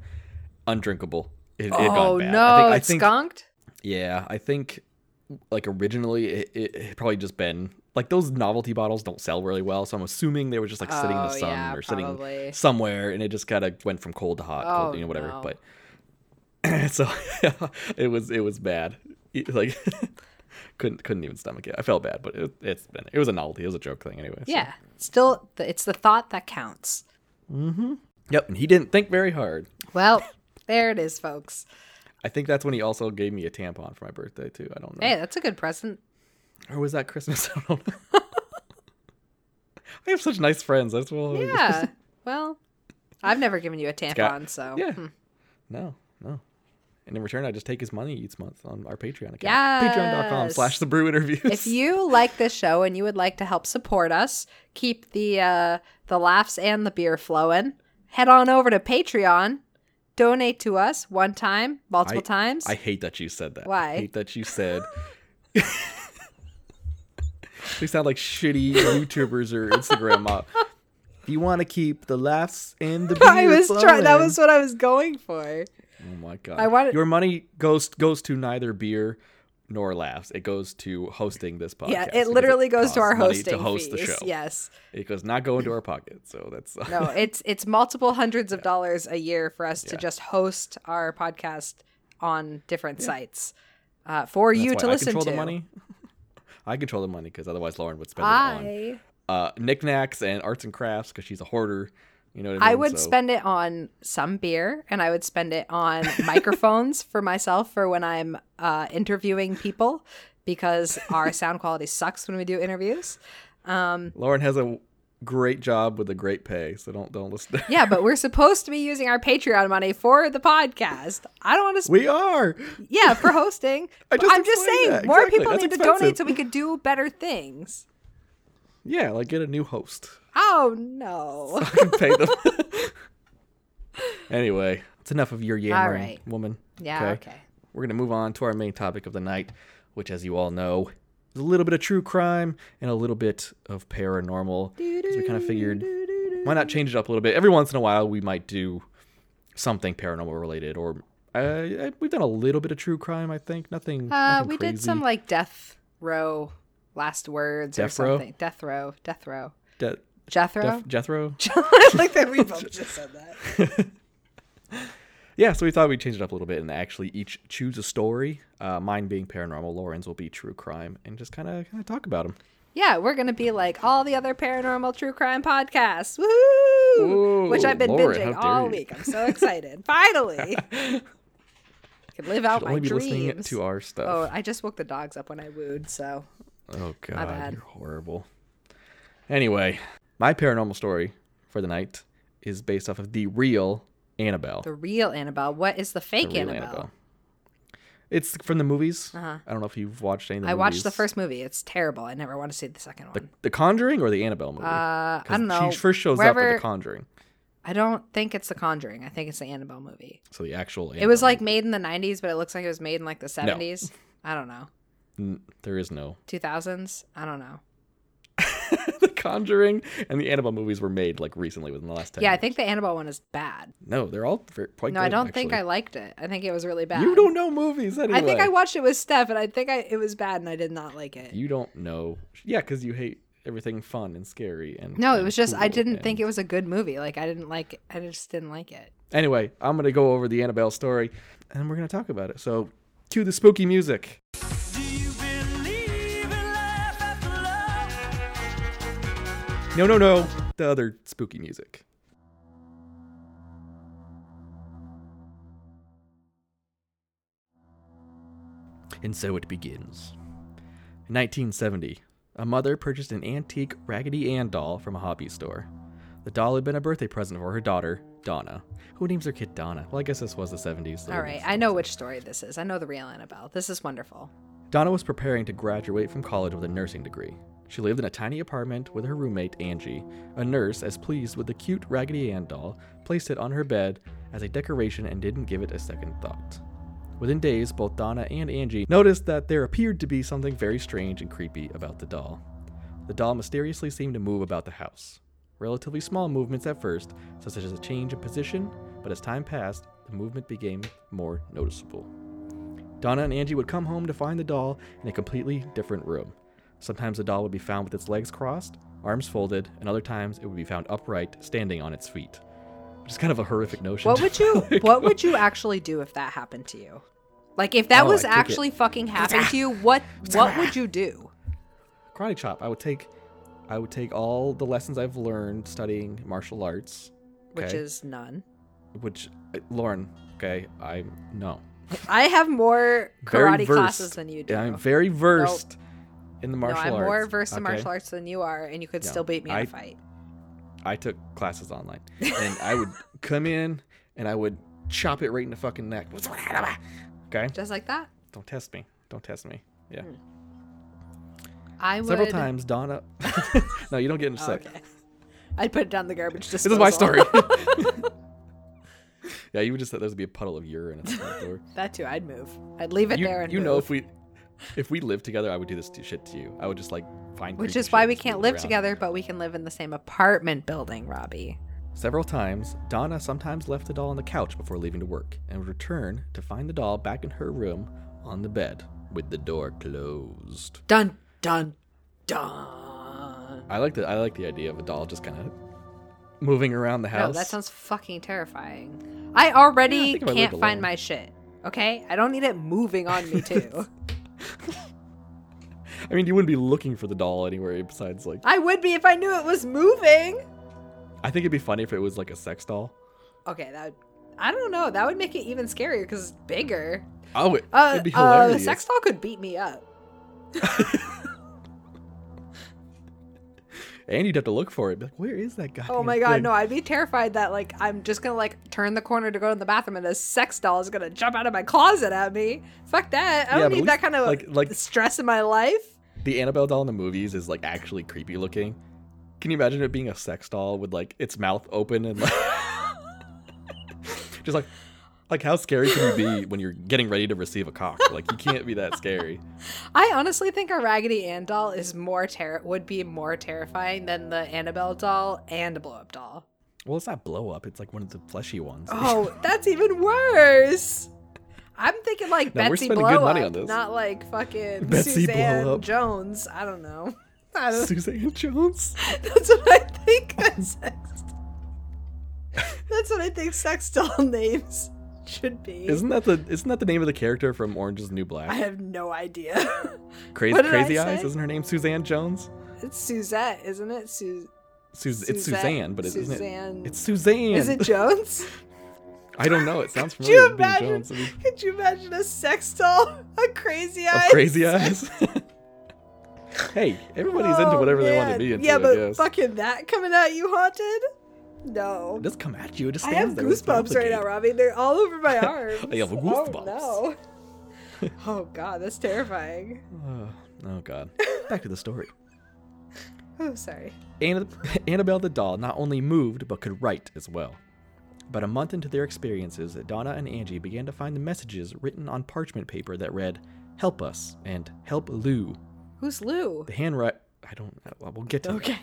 Speaker 1: Undrinkable. It, it had gone
Speaker 3: Oh
Speaker 1: bad.
Speaker 3: no,
Speaker 1: I think, I
Speaker 3: it's
Speaker 1: think,
Speaker 3: skunked.
Speaker 1: Yeah, I think like originally it, it, it had probably just been like those novelty bottles don't sell really well, so I'm assuming they were just like sitting in the
Speaker 3: Oh,
Speaker 1: sun
Speaker 3: yeah,
Speaker 1: or
Speaker 3: probably.
Speaker 1: sitting somewhere, and it just kind of went from cold to hot,
Speaker 3: Oh,
Speaker 1: cold, you know, whatever.
Speaker 3: no.
Speaker 1: But so it was it was bad, It- like couldn't couldn't even stomach it. I felt bad, but it, it's been it was a novelty, it was a joke thing anyway. so-
Speaker 3: Yeah, still, th- it's the thought that counts.
Speaker 1: Yep, and he didn't think very hard.
Speaker 3: Well, there it is, folks.
Speaker 1: I think that's when he also gave me a tampon for my birthday too. I don't know.
Speaker 3: Hey, that's a good present.
Speaker 1: Or was that Christmas? I don't know. I have such nice friends. That's what.
Speaker 3: Yeah. well, I've never given you a tampon,
Speaker 1: got-
Speaker 3: so
Speaker 1: Yeah.
Speaker 3: hmm.
Speaker 1: No, no. And in return, I just take his money each month on our Patreon account.
Speaker 3: Yes.
Speaker 1: Patreon.com slash the brew interviews.
Speaker 3: If you like this show and you would like to help support us, keep the uh, the laughs and the beer flowing, head on over to Patreon, donate to us one time, multiple
Speaker 1: I-
Speaker 3: times.
Speaker 1: I hate that you said that.
Speaker 3: Why?
Speaker 1: I hate that you said. we sound like shitty YouTubers or Instagram mop. If you want to keep the laughs and the beer
Speaker 3: I was trying. That
Speaker 1: flowing-
Speaker 3: was what I was going for.
Speaker 1: Oh my god!
Speaker 3: I wanted-
Speaker 1: your money goes goes to neither beer Nor laughs. It goes to hosting this podcast.
Speaker 3: yeah,
Speaker 1: because
Speaker 3: it literally goes
Speaker 1: costs
Speaker 3: to our
Speaker 1: money
Speaker 3: hosting
Speaker 1: to host
Speaker 3: fees.
Speaker 1: the show.
Speaker 3: Yes.
Speaker 1: It goes not go into our pocket. So that's
Speaker 3: No, it's it's multiple hundreds of dollars a year for us to just host our podcast on different sites uh, for
Speaker 1: that's
Speaker 3: you
Speaker 1: why
Speaker 3: to
Speaker 1: I
Speaker 3: listen
Speaker 1: control
Speaker 3: to.
Speaker 1: the money. I control the money because otherwise Lauren would spend it on
Speaker 3: I
Speaker 1: uh, knickknacks and arts and crafts because she's a hoarder. You know what I mean?
Speaker 3: I would
Speaker 1: So-
Speaker 3: spend it on some beer, and I would spend it on microphones for myself for when I'm uh, interviewing people, because our sound quality sucks when we do interviews.
Speaker 1: Lauren has a great job with a great pay, so don't don't listen.
Speaker 3: Yeah, but we're supposed to be using our Patreon money for the podcast. I don't want to. Sp-
Speaker 1: we are.
Speaker 3: yeah, for hosting.
Speaker 1: I just
Speaker 3: I'm just
Speaker 1: explained
Speaker 3: saying,
Speaker 1: that.
Speaker 3: more
Speaker 1: Exactly.
Speaker 3: people
Speaker 1: That's
Speaker 3: need to donate
Speaker 1: expensive.
Speaker 3: so we could do better things.
Speaker 1: Yeah, like get a new host.
Speaker 3: Oh no!
Speaker 1: I can pay them. anyway, it's enough of your yammering,
Speaker 3: right.
Speaker 1: woman.
Speaker 3: Yeah, okay.
Speaker 1: We're gonna move on to our main topic of the night, which, as you all know, is a little bit of true crime and a little bit of paranormal. Because we kind of figured, why not change it up a little bit? Every once in a while, we might do something paranormal related, or uh, uh, we've done a little bit of true crime. I think nothing.
Speaker 3: Uh,
Speaker 1: nothing
Speaker 3: we did
Speaker 1: crazy.
Speaker 3: some like death row last words or
Speaker 1: Death row?
Speaker 3: something. Death row, death row,
Speaker 1: De-
Speaker 3: Jethro.
Speaker 1: Def- Jethro.
Speaker 3: I like that we both just said that.
Speaker 1: Yeah, so we thought we'd change it up a little bit and actually each choose a story. Uh, mine being paranormal, Lauren's will be true crime, and just kind of kind of talk about them.
Speaker 3: Yeah, we're gonna be like all the other paranormal true crime podcasts. Woohoo!
Speaker 1: Ooh,
Speaker 3: Which I've been
Speaker 1: Lauren,
Speaker 3: binging
Speaker 1: how dare
Speaker 3: all
Speaker 1: you.
Speaker 3: week. I'm so excited. Finally, I can live out my
Speaker 1: Only be listening
Speaker 3: dreams.
Speaker 1: to our
Speaker 3: Oh,
Speaker 1: stuff.
Speaker 3: I just woke the dogs up when I wooed, so
Speaker 1: Oh, god,
Speaker 3: bad.
Speaker 1: you're horrible. Anyway, my paranormal story for the night is based off of the real Annabelle.
Speaker 3: the real Annabelle. What is the fake
Speaker 1: real
Speaker 3: Annabelle? Uh-huh.
Speaker 1: It's from the movies. I don't know if you've watched any of the
Speaker 3: I
Speaker 1: movies.
Speaker 3: watched the first movie. It's terrible. I never want to see the second one.
Speaker 1: The Conjuring or the Annabelle movie?
Speaker 3: Uh, I
Speaker 1: 'Cause
Speaker 3: don't know.
Speaker 1: She first shows up at
Speaker 3: Wherever-
Speaker 1: The Conjuring.
Speaker 3: I don't think it's The Conjuring. I think it's the Annabelle movie.
Speaker 1: So the actual
Speaker 3: It was like made in the 90s, but it looks like it was made in like the 70s. I don't know.
Speaker 1: N- there is no
Speaker 3: 2000s? I don't know.
Speaker 1: The Conjuring and the Annabelle movies were made like recently within the last ten.
Speaker 3: Yeah, I
Speaker 1: years.
Speaker 3: think the Annabelle one is bad.
Speaker 1: no, they're all ver- quite.
Speaker 3: No,
Speaker 1: good,
Speaker 3: I don't think I
Speaker 1: actually.
Speaker 3: liked it. I think it was really bad.
Speaker 1: You don't know movies anyway.
Speaker 3: I think I watched it with Steph, and I think I it was bad, and I did not like it.
Speaker 1: You don't know. Yeah, because you hate everything fun and scary and.
Speaker 3: No, it
Speaker 1: and
Speaker 3: was just I
Speaker 1: cool
Speaker 3: didn't
Speaker 1: and-
Speaker 3: think it was a good movie. Like I didn't like. I just didn't like it.
Speaker 1: Anyway, I'm gonna go over the Annabelle story, and we're gonna talk about it. So, cue the spooky music. No, no, no. The other spooky music. And so it begins. In 1970, a mother purchased an antique Raggedy Ann doll from a hobby store. The doll had been a birthday present for her daughter, Donna. Who names their kid Donna? Well, I guess this was the 70s. so
Speaker 3: All
Speaker 1: it
Speaker 3: right,
Speaker 1: makes
Speaker 3: I know which story this is. I know the real Annabelle. This is wonderful.
Speaker 1: Donna was preparing to graduate from college with a nursing degree. She lived in a tiny apartment with her roommate Angie. A nurse, as pleased with the cute Raggedy Ann doll, placed it on her bed as a decoration and didn't give it a second thought. Within days, both Donna and Angie noticed that there appeared to be something very strange and creepy about the doll. The doll mysteriously seemed to move about the house. Relatively small movements at first, such as a change in position, but as time passed, the movement became more noticeable. Donna and Angie would come home to find the doll in a completely different room. Sometimes the doll would be found with its legs crossed, arms folded, and other times it would be found upright, standing on its feet. Which is kind of a horrific notion.
Speaker 3: What would you What would you actually do if that happened to you? Like if that
Speaker 1: Oh,
Speaker 3: was
Speaker 1: I'd kick it.
Speaker 3: actually fucking happened to you, what what would you do?
Speaker 1: karate chop. I would take, I would take all the lessons I've learned studying martial arts,
Speaker 3: Which
Speaker 1: Okay.
Speaker 3: is none.
Speaker 1: which uh, Lauren, okay, I no
Speaker 3: I have more
Speaker 1: Very
Speaker 3: karate
Speaker 1: versed.
Speaker 3: classes than you do.
Speaker 1: Yeah, I'm very versed in the
Speaker 3: no,
Speaker 1: martial
Speaker 3: I'm
Speaker 1: arts.
Speaker 3: more versed in
Speaker 1: okay?
Speaker 3: martial arts than you are, and you could
Speaker 1: Yeah,
Speaker 3: still beat me in a
Speaker 1: I-
Speaker 3: fight.
Speaker 1: I took classes online, and I would come in and I would chop it right in the fucking neck. Okay,
Speaker 3: Just like that,
Speaker 1: don't test me. Don't test me. Yeah,
Speaker 3: I Hmm. would.
Speaker 1: several times Donna. no, you don't get in a
Speaker 3: Oh,
Speaker 1: sec.
Speaker 3: okay. I'd put it down the garbage
Speaker 1: This
Speaker 3: disposal.
Speaker 1: is my story. yeah, you would just thought there would be a puddle of urine at the front door.
Speaker 3: that too, I'd move. I'd leave it
Speaker 1: you,
Speaker 3: there and
Speaker 1: you know
Speaker 3: move.
Speaker 1: if we if we lived together i would do this t- shit to you i would just like find
Speaker 3: Which
Speaker 1: creepy
Speaker 3: is
Speaker 1: shit
Speaker 3: why
Speaker 1: and
Speaker 3: we
Speaker 1: just
Speaker 3: can't
Speaker 1: move
Speaker 3: live
Speaker 1: around.
Speaker 3: together, but we can live in the same apartment building, Robbie.
Speaker 1: several times donna sometimes left the doll on the couch before leaving to work and would return to find the doll back in her room on the bed with the door closed.
Speaker 3: Dun dun dun.
Speaker 1: I like the I like the idea of a doll just kind of moving around the
Speaker 3: No,
Speaker 1: house.
Speaker 3: that sounds fucking terrifying. I already
Speaker 1: Yeah, I think if I
Speaker 3: can't
Speaker 1: lived
Speaker 3: find
Speaker 1: alone.
Speaker 3: my shit. Okay, I don't need it moving on me too.
Speaker 1: I mean, you wouldn't be looking for the doll anywhere besides like.
Speaker 3: I would be if I knew it was moving.
Speaker 1: I think it'd be funny if it was like a sex doll.
Speaker 3: Okay, that I don't know. That would make it even scarier because it's bigger.
Speaker 1: Oh, it,
Speaker 3: Uh,
Speaker 1: it'd be
Speaker 3: uh,
Speaker 1: hilarious.
Speaker 3: sex doll could beat me up.
Speaker 1: and you'd have to look for it. Be like, where is that guy?
Speaker 3: Oh my god, no! I'd be terrified that like I'm just gonna like turn the corner to go to the bathroom and a sex doll is gonna jump out of my closet at me. Fuck that! I
Speaker 1: Yeah,
Speaker 3: don't
Speaker 1: but
Speaker 3: need
Speaker 1: at
Speaker 3: that
Speaker 1: least,
Speaker 3: kind of
Speaker 1: like- like-
Speaker 3: stress in my life.
Speaker 1: The Annabelle doll in the movies is like actually creepy looking. Can you imagine it being a sex doll with like its mouth open and like just like like how scary can you be when you're getting ready to receive a cock? Like you can't be that scary.
Speaker 3: I honestly think a Raggedy Ann doll is more ter- would be more terrifying than the Annabelle doll and a blow up doll.
Speaker 1: Well, it's not blow up. It's like one of the fleshy ones.
Speaker 3: Oh, that's even worse. I'm thinking like
Speaker 1: No, we're
Speaker 3: Betsy
Speaker 1: spending good
Speaker 3: Blow
Speaker 1: money
Speaker 3: Up,
Speaker 1: on this.
Speaker 3: not like fucking
Speaker 1: Betsy Blow
Speaker 3: Suzanne
Speaker 1: Up.
Speaker 3: Jones. I don't know. I don't,
Speaker 1: Suzanne Jones.
Speaker 3: that's what I think. of sex. that's what I think sex doll names should be.
Speaker 1: Isn't that the isn't that the name of the character from Orange is the New Black?
Speaker 3: I have no idea.
Speaker 1: Crazy
Speaker 3: what did I
Speaker 1: Crazy Eyes.
Speaker 3: say?
Speaker 1: Isn't her name Suzanne Jones?
Speaker 3: it's Suzette, isn't it? Su-
Speaker 1: Suz- it's
Speaker 3: Suzette-
Speaker 1: Suzanne, but it, isn't it?
Speaker 3: Suzanne.
Speaker 1: It's Suzanne.
Speaker 3: Is it Jones?
Speaker 1: I don't know. It sounds
Speaker 3: Could you
Speaker 1: familiar. with being Jones.
Speaker 3: imagine? Uh,
Speaker 1: I mean-
Speaker 3: Could you imagine a sex doll, a crazy
Speaker 1: of
Speaker 3: eye?
Speaker 1: crazy eyes. hey, everybody's into
Speaker 3: Oh,
Speaker 1: whatever they want to
Speaker 3: man.
Speaker 1: be into.
Speaker 3: Yeah,
Speaker 1: I
Speaker 3: but
Speaker 1: guess.
Speaker 3: fucking that coming at you haunted? No.
Speaker 1: It does come at you. It just
Speaker 3: I have
Speaker 1: stands there. It's
Speaker 3: goosebumps right now,
Speaker 1: complicated.
Speaker 3: Robbie. They're all over my arms.
Speaker 1: I have
Speaker 3: Oh,
Speaker 1: goosebumps.
Speaker 3: no. oh god, that's terrifying.
Speaker 1: Oh, oh god. Back to the story.
Speaker 3: Oh, sorry.
Speaker 1: Anna- Annabelle the doll not only moved but could write as well. About a month into their experiences, Donna and Angie began to find the messages written on parchment paper that read "Help us" and "Help Lou."
Speaker 3: Who's Lou?
Speaker 1: The handwriting. I don't. We'll get to. that.
Speaker 3: Okay.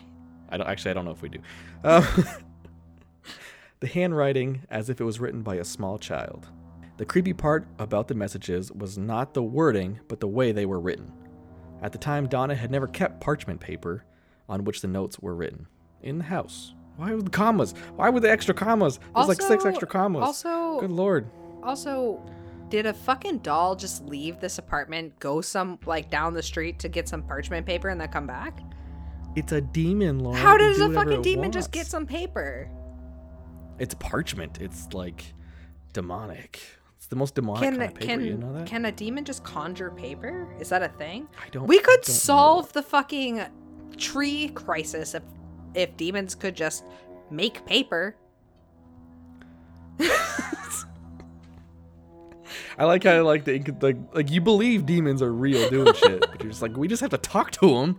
Speaker 1: I don't actually. I don't know if we do. Um, the handwriting, as if it was written by a small child. The creepy part about the messages was not the wording, but the way they were written. At the time, Donna had never kept parchment paper on which the notes were written in the house. Why with the commas? Why with the extra commas? There's like six
Speaker 3: Also-
Speaker 1: extra commas.
Speaker 3: also-
Speaker 1: good lord.
Speaker 3: Also, did a fucking doll just leave this apartment, go some like down the street to get some parchment paper and then come back?
Speaker 1: It's a demon, Lauren.
Speaker 3: How
Speaker 1: It can
Speaker 3: does
Speaker 1: do
Speaker 3: a
Speaker 1: whatever
Speaker 3: fucking
Speaker 1: it
Speaker 3: demon just get
Speaker 1: wants.
Speaker 3: some paper?
Speaker 1: It's parchment. It's like demonic. It's the most demonic
Speaker 3: Can
Speaker 1: kind of paper.
Speaker 3: can
Speaker 1: you know that?
Speaker 3: can a demon just conjure paper? Is that a thing?
Speaker 1: I don't.
Speaker 3: We
Speaker 1: I
Speaker 3: could
Speaker 1: don't know.
Speaker 3: solve the fucking tree crisis if if demons could just make paper.
Speaker 1: I like how like the inc- like like you believe demons are real doing shit, but you're just like we just have to talk to them.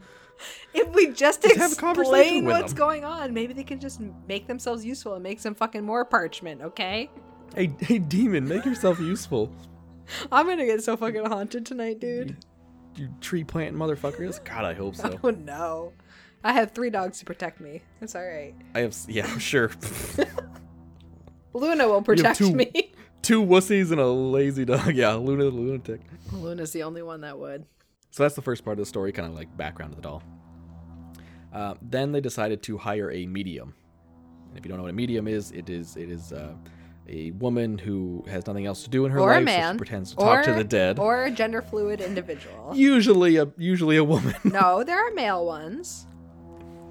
Speaker 3: If we
Speaker 1: Just
Speaker 3: just,
Speaker 1: have a
Speaker 3: explain
Speaker 1: conversation with
Speaker 3: what's
Speaker 1: them.
Speaker 3: going on, maybe they can just make themselves useful and make some fucking more parchment, okay?
Speaker 1: Hey, hey, demon, make yourself useful.
Speaker 3: I'm gonna get so fucking haunted tonight, dude.
Speaker 1: You tree planting motherfuckers. God, I hope so.
Speaker 3: Oh no. I have three dogs to protect me. That's alright.
Speaker 1: I have s- yeah, I'm sure.
Speaker 3: Luna will protect
Speaker 1: two-
Speaker 3: me.
Speaker 1: Two wussies and a lazy dog. Yeah, Luna the lunatic.
Speaker 3: Luna's the only one that would.
Speaker 1: So that's the first part of the story, kind of like background of the doll. Uh, then they decided to hire a medium. And if you don't know what a medium is, it is it is uh, a woman who has nothing else to do in her
Speaker 3: or
Speaker 1: life,
Speaker 3: a
Speaker 1: so
Speaker 3: man.
Speaker 1: she pretends to
Speaker 3: or-
Speaker 1: talk to the dead.
Speaker 3: Or a gender fluid individual.
Speaker 1: usually a usually a woman.
Speaker 3: no, there are male ones.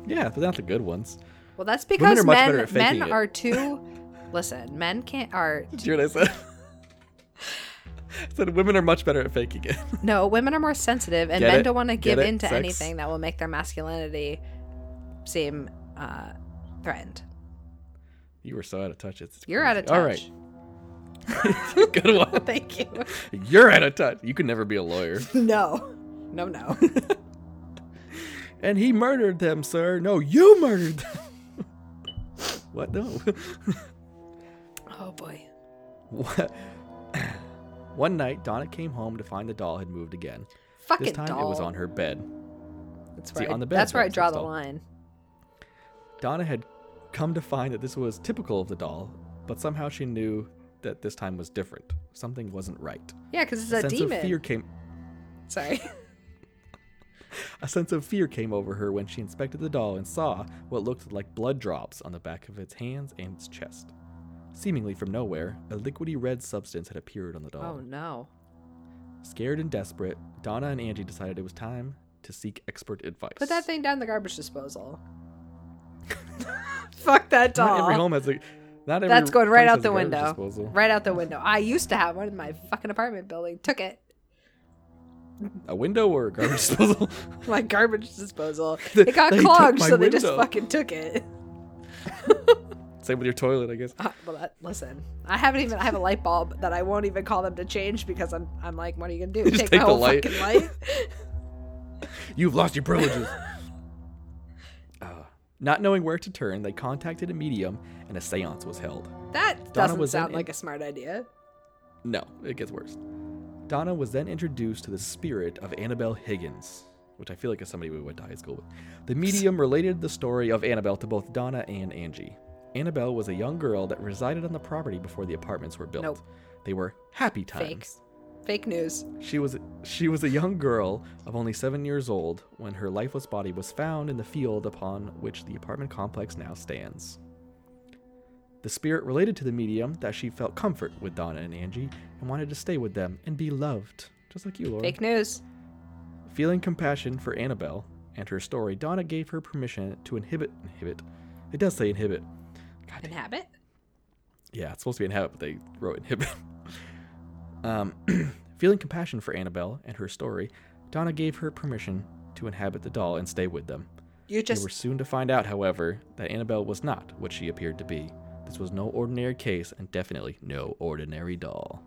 Speaker 1: yeah, but not the good ones.
Speaker 3: Well, that's
Speaker 1: are
Speaker 3: because
Speaker 1: much
Speaker 3: men
Speaker 1: better at
Speaker 3: men
Speaker 1: faking it.
Speaker 3: are too. Listen, men can't are
Speaker 1: Did you hear what I said? I said women are much better at faking it.
Speaker 3: no women are more sensitive, and
Speaker 1: Get
Speaker 3: men
Speaker 1: it?
Speaker 3: don't want to
Speaker 1: Get
Speaker 3: give
Speaker 1: it?
Speaker 3: in to
Speaker 1: Sex?
Speaker 3: anything that will make their masculinity seem uh, threatened.
Speaker 1: you were so out of touch. It's it's
Speaker 3: You're
Speaker 1: crazy.
Speaker 3: out of touch.
Speaker 1: All right, good one.
Speaker 3: Thank you.
Speaker 1: You're out of touch. You could never be a lawyer.
Speaker 3: No, no, no.
Speaker 1: And he murdered them, sir. No, you murdered them. what? No.
Speaker 3: oh boy.
Speaker 1: What? One night, Donna came home to find the doll had moved again.
Speaker 3: Fucking
Speaker 1: this time
Speaker 3: doll.
Speaker 1: it was on her bed.
Speaker 3: That's
Speaker 1: See,
Speaker 3: where, I,
Speaker 1: on the bed,
Speaker 3: that's where I
Speaker 1: that's
Speaker 3: draw
Speaker 1: a
Speaker 3: the
Speaker 1: doll.
Speaker 3: line.
Speaker 1: Donna had come to find that this was typical of the doll, but somehow she knew that this time was different. Something wasn't right.
Speaker 3: Yeah, because it's
Speaker 1: A
Speaker 3: a
Speaker 1: sense
Speaker 3: demon.
Speaker 1: of fear came.
Speaker 3: Sorry.
Speaker 1: A sense of fear came over her when she inspected the doll and saw what looked like blood drops on the back of its hands and its chest. Seemingly from nowhere, a liquidy red substance had appeared on the doll.
Speaker 3: Oh no.
Speaker 1: Scared and desperate, Donna and Angie decided it was time to seek expert advice.
Speaker 3: Put that thing down the garbage disposal. Fuck that
Speaker 1: Not
Speaker 3: doll.
Speaker 1: every home has a. Not every
Speaker 3: That's going right
Speaker 1: place
Speaker 3: out
Speaker 1: has
Speaker 3: the
Speaker 1: a garbage
Speaker 3: window.
Speaker 1: disposal.
Speaker 3: Right out the window. I used to have one in my fucking apartment building. Took it.
Speaker 1: A window or a garbage disposal?
Speaker 3: My garbage disposal.
Speaker 1: They-
Speaker 3: It got
Speaker 1: they took
Speaker 3: clogged,
Speaker 1: my
Speaker 3: so they just
Speaker 1: window.
Speaker 3: fucking took it.
Speaker 1: Same with your toilet, I guess.
Speaker 3: Uh, well, that, listen, I haven't even. I have a light bulb that I won't even call them to change because I'm. I'm like, what are you gonna do?
Speaker 1: just
Speaker 3: my
Speaker 1: take the
Speaker 3: whole
Speaker 1: light.
Speaker 3: fucking light?
Speaker 1: You've lost your privileges. uh, not knowing where to turn, they contacted a medium and a seance was held.
Speaker 3: That
Speaker 1: Donna
Speaker 3: doesn't
Speaker 1: was in
Speaker 3: sound
Speaker 1: it.
Speaker 3: like a smart idea.
Speaker 1: No, it gets worse. Donna was then introduced to the spirit of Annabelle Higgins, which I feel like is somebody we went to high school with. The medium related the story of Annabelle to both Donna and Angie. Annabelle was a young girl that resided on the property before the apartments were built.
Speaker 3: Nope.
Speaker 1: They were happy
Speaker 3: Fake.
Speaker 1: times.
Speaker 3: Fake news.
Speaker 1: She was she was a young girl of only 7 years old when her lifeless body was found in the field upon which the apartment complex now stands. The spirit related to the medium that she felt comfort with Donna and Angie and wanted to stay with them and be loved, just like you, Laura.
Speaker 3: Fake news.
Speaker 1: Feeling compassion for Annabelle and her story, Donna gave her permission to inhibit inhibit. It does say inhibit. God damn.
Speaker 3: Inhabit.
Speaker 1: Yeah, it's supposed to be inhabit, but they wrote inhibit. um, feeling compassion for Annabelle and her story, Donna gave her permission to inhabit the doll and stay with them.
Speaker 3: You
Speaker 1: They
Speaker 3: just
Speaker 1: were soon to find out, however, that Annabelle was not what she appeared to be. This was no ordinary case, and definitely no ordinary doll.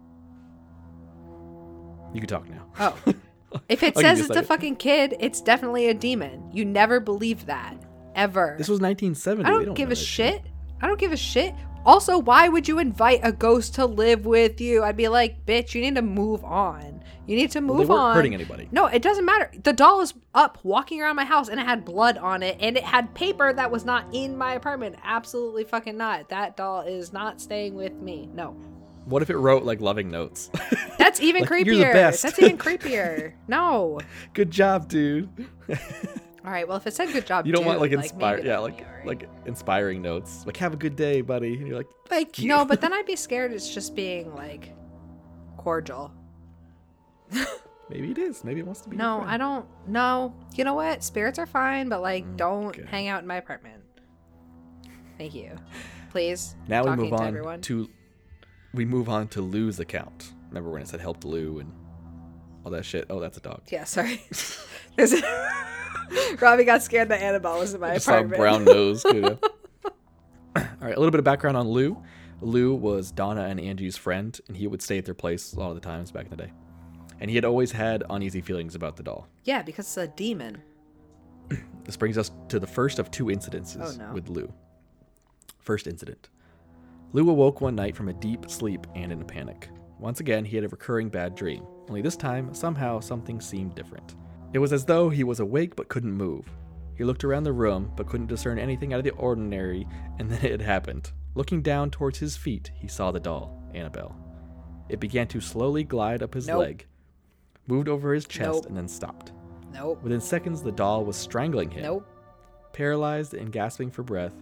Speaker 1: You can talk now.
Speaker 3: Oh. If it
Speaker 1: I'll give
Speaker 3: says
Speaker 1: you a
Speaker 3: it's a
Speaker 1: second.
Speaker 3: fucking kid, it's definitely a demon. You never believe that. Ever.
Speaker 1: This was 1970.
Speaker 3: I
Speaker 1: they
Speaker 3: don't,
Speaker 1: don't
Speaker 3: give
Speaker 1: know that
Speaker 3: a shit. I don't give a shit. Also, why would you invite a ghost to live with you? I'd be like, bitch, you need to move on. You need to
Speaker 1: Well,
Speaker 3: move
Speaker 1: they weren't
Speaker 3: on.
Speaker 1: hurting anybody.
Speaker 3: No, it doesn't matter. The doll is up walking around my house and it had blood on it and it had paper that was not in my apartment. Absolutely fucking not. That doll is not staying with me. No.
Speaker 1: What if it wrote like loving notes?
Speaker 3: That's even
Speaker 1: Like,
Speaker 3: creepier.
Speaker 1: you're the best.
Speaker 3: That's even creepier. No.
Speaker 1: Good job, dude.
Speaker 3: All right. Well, if it said good job,
Speaker 1: You don't
Speaker 3: dude,
Speaker 1: want like
Speaker 3: maybe
Speaker 1: inspire, yeah,
Speaker 3: that'd
Speaker 1: like
Speaker 3: be all right.
Speaker 1: like inspiring notes. Like have a good day, buddy. And you're like, thank you.
Speaker 3: No, but then I'd be scared it's just being like cordial.
Speaker 1: maybe it is. Maybe it wants to be. your
Speaker 3: No,
Speaker 1: friend.
Speaker 3: I don't no. You know what? Spirits are fine, but like don't
Speaker 1: Okay.
Speaker 3: hang out in my apartment. Thank you. Please.
Speaker 1: Now we
Speaker 3: Talking
Speaker 1: move
Speaker 3: to
Speaker 1: on
Speaker 3: everyone.
Speaker 1: to we move on to Lou's account. Remember when it said helped Lou and all that shit? Oh, that's a dog.
Speaker 3: Yeah, sorry. There's Robbie got scared that Annabelle was in my
Speaker 1: I saw a
Speaker 3: apartment.
Speaker 1: brown nose. you know. all right, a little bit of background on Lou. Lou was Donna and Angie's friend, and he would stay at their place a lot of the times back in the day. And he had always had uneasy feelings about the doll.
Speaker 3: Yeah, because it's a demon.
Speaker 1: This brings us to the first of two incidences
Speaker 3: Oh, no.
Speaker 1: with Lou. First incident. Lou awoke one night from a deep sleep and in a panic. Once again, he had a recurring bad dream, only this time, somehow, something seemed different. It was as though he was awake but couldn't move. He looked around the room but couldn't discern anything out of the ordinary, and then it happened. Looking down towards his feet, he saw the doll, Annabelle. It began to slowly glide up his
Speaker 3: Nope.
Speaker 1: leg, moved over his chest,
Speaker 3: Nope.
Speaker 1: and then stopped.
Speaker 3: Nope.
Speaker 1: Within seconds, the doll was strangling him.
Speaker 3: Nope.
Speaker 1: Paralyzed and gasping for breath,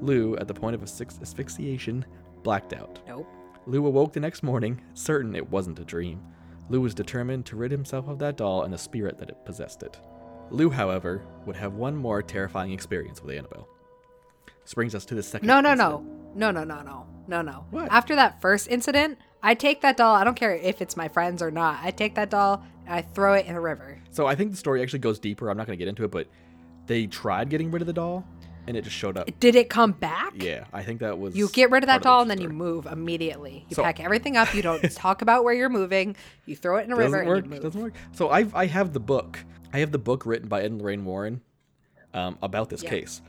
Speaker 1: Lou, at the point of asphyx- asphyxiation, blacked out.
Speaker 3: Nope.
Speaker 1: Lou awoke the next morning, certain it wasn't a dream. Lou was determined to rid himself of that doll and the spirit that it possessed it. Lou, however, would have one more terrifying experience with Annabelle. This brings us to the second.
Speaker 3: No, no, no.
Speaker 1: incident.
Speaker 3: No, no, no, no. No, no.
Speaker 1: What?
Speaker 3: After that first incident, I take that doll. I don't care if it's my friends or not. I take that doll and I throw it in a river.
Speaker 1: So I think the story actually goes deeper. I'm not going to get into it, but they tried getting rid of the doll, and it just showed up.
Speaker 3: Did it come back?
Speaker 1: Yeah, I think that was.
Speaker 3: You get rid of that doll
Speaker 1: part
Speaker 3: and then
Speaker 1: the
Speaker 3: you
Speaker 1: story.
Speaker 3: move immediately. You
Speaker 1: So-
Speaker 3: pack everything up. You don't talk about where you're moving. You throw it in a river
Speaker 1: doesn't work.
Speaker 3: and you move.
Speaker 1: Doesn't work. So I I have the book. I have the book written by Ed and Lorraine Warren um, about this
Speaker 3: Yeah.
Speaker 1: case.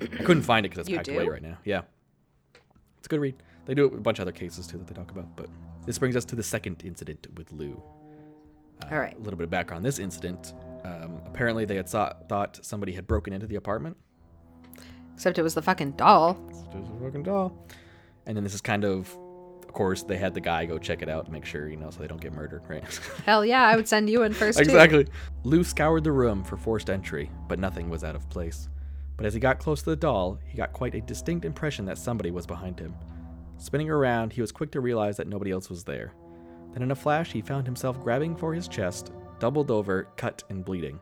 Speaker 1: I couldn't find it because it's
Speaker 3: You
Speaker 1: packed away
Speaker 3: do?
Speaker 1: right now. Yeah, it's a good read. They do a bunch of other cases too that they talk about. But this brings us to the second incident with Lou.
Speaker 3: All right.
Speaker 1: A little bit of background. on This incident. Um, apparently, they had thought, thought somebody had broken into the apartment.
Speaker 3: Except it was the fucking doll.
Speaker 1: There's a fucking doll. And then this is kind of course, they had the guy go check it out to make sure, you know, so they don't get murdered, right?
Speaker 3: Hell yeah, I would send you in first. too.
Speaker 1: exactly. Lou scoured the room for forced entry, but nothing was out of place. But as he got close to the doll, he got quite a distinct impression that somebody was behind him. Spinning around, he was quick to realize that nobody else was there. Then, in a flash, he found himself grabbing for his chest, doubled over, cut and bleeding.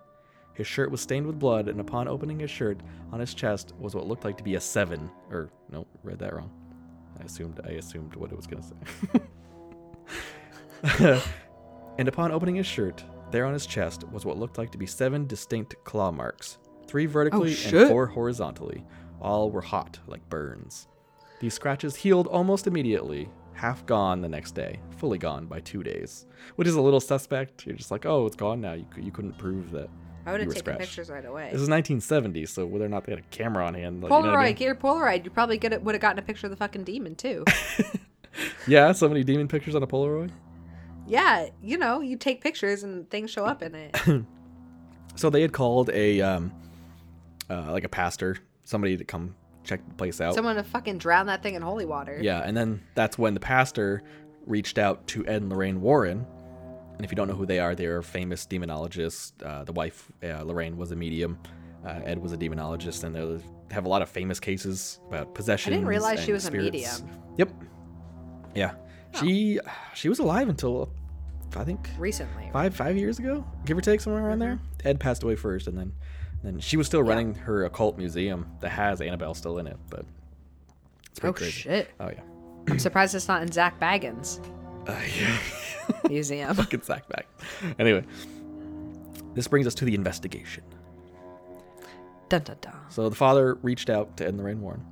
Speaker 1: His shirt was stained with blood, and upon opening his shirt, on his chest was what looked like to be a seven. Or no, read that wrong. I assumed I assumed what it was gonna say. and upon opening his shirt, there on his chest was what looked like to be seven distinct claw marks, three vertically and
Speaker 3: shit.
Speaker 1: four horizontally. All were hot, like burns. These scratches healed almost immediately, half gone the next day, fully gone by two days, which is a little suspect. You're just like, oh, it's gone now. You, cou- you couldn't prove that.
Speaker 3: I would
Speaker 1: you
Speaker 3: have
Speaker 1: were
Speaker 3: taken
Speaker 1: scratched.
Speaker 3: pictures right away.
Speaker 1: This is 1970, so whether or not they had a camera on hand, like, you know what I
Speaker 3: Polaroid,
Speaker 1: mean?
Speaker 3: get your Polaroid. You probably get it, would have gotten a picture of the fucking demon too.
Speaker 1: yeah, so many demon pictures on a Polaroid.
Speaker 3: yeah, you know, you take pictures and things show up in it.
Speaker 1: So they had called a um, uh, like a pastor, somebody to come check the place out.
Speaker 3: Someone to fucking drown that thing in holy water.
Speaker 1: Oh. Yeah, and then that's when the pastor reached out to Ed and Lorraine Warren. And if you don't know who they are, they are famous demonologists. Uh, the wife, uh, Lorraine, was a medium. Uh, Ed was a demonologist, and they have a lot of famous cases about possession.
Speaker 3: realize she was a medium.
Speaker 1: Yep. Yeah, she she was alive until I think
Speaker 3: Recently.
Speaker 1: five five years ago, give or take somewhere around there.
Speaker 3: Mm-hmm.
Speaker 1: Ed passed away first, and then and then she was still running her occult museum that has Annabelle still in it. But it's pretty
Speaker 3: Oh
Speaker 1: crazy.
Speaker 3: shit.
Speaker 1: Oh yeah.
Speaker 3: I'm surprised it's not in Zach Baggins'
Speaker 1: Uh, yeah,
Speaker 3: museum.
Speaker 1: fucking sack back. Anyway, this brings us to the investigation.
Speaker 3: dun dun dun.
Speaker 1: So the father reached out to Ed and Lorraine Warren.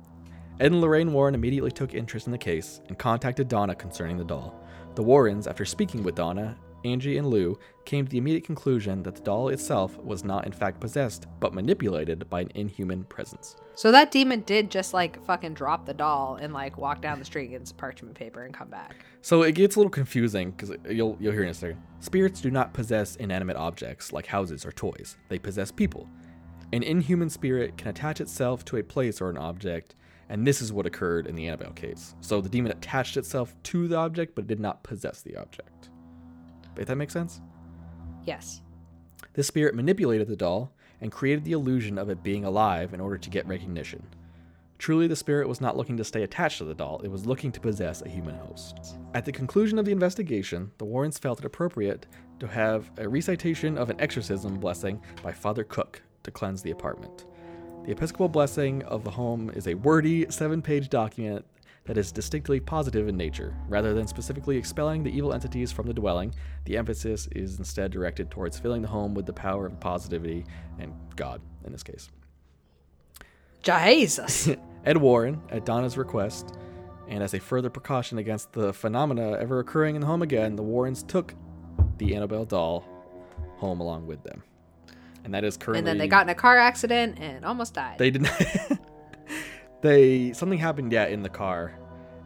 Speaker 1: Ed and Lorraine Warren immediately took interest in the case and contacted Donna concerning the doll. The Warrens, after speaking with Donna, Angie, and Lou, came to the immediate conclusion that the doll itself was not in fact possessed, but manipulated by an inhuman presence.
Speaker 3: So that demon did just like fucking drop the doll and like walk down the street and get some parchment paper and come back.
Speaker 1: So it gets a little confusing because you'll you'll hear in a second. Spirits do not possess inanimate objects like houses or toys. They possess people. An inhuman spirit can attach itself to a place or an object, and this is what occurred in the Annabelle case. So the demon attached itself to the object, but did not possess the object. If that makes sense.
Speaker 3: Yes.
Speaker 1: This spirit manipulated the doll and created the illusion of it being alive in order to get recognition. Truly, the spirit was not looking to stay attached to the doll, it was looking to possess a human host. At the conclusion of the investigation, the Warrens felt it appropriate to have a recitation of an exorcism blessing by Father Cook to cleanse the apartment. The Episcopal blessing of the home is a wordy, seven page document that is distinctly positive in nature. Rather than specifically expelling the evil entities from the dwelling, the emphasis is instead directed towards filling the home with the power of positivity and God, in this case.
Speaker 3: Jesus.
Speaker 1: Ed Warren, at Donna's request, and as a further precaution against the phenomena ever occurring in the home again, the Warrens took the Annabelle doll home along with them. And that is currently.
Speaker 3: and then they got in a car accident and almost died.
Speaker 1: They didn't. they something happened yeah in the car,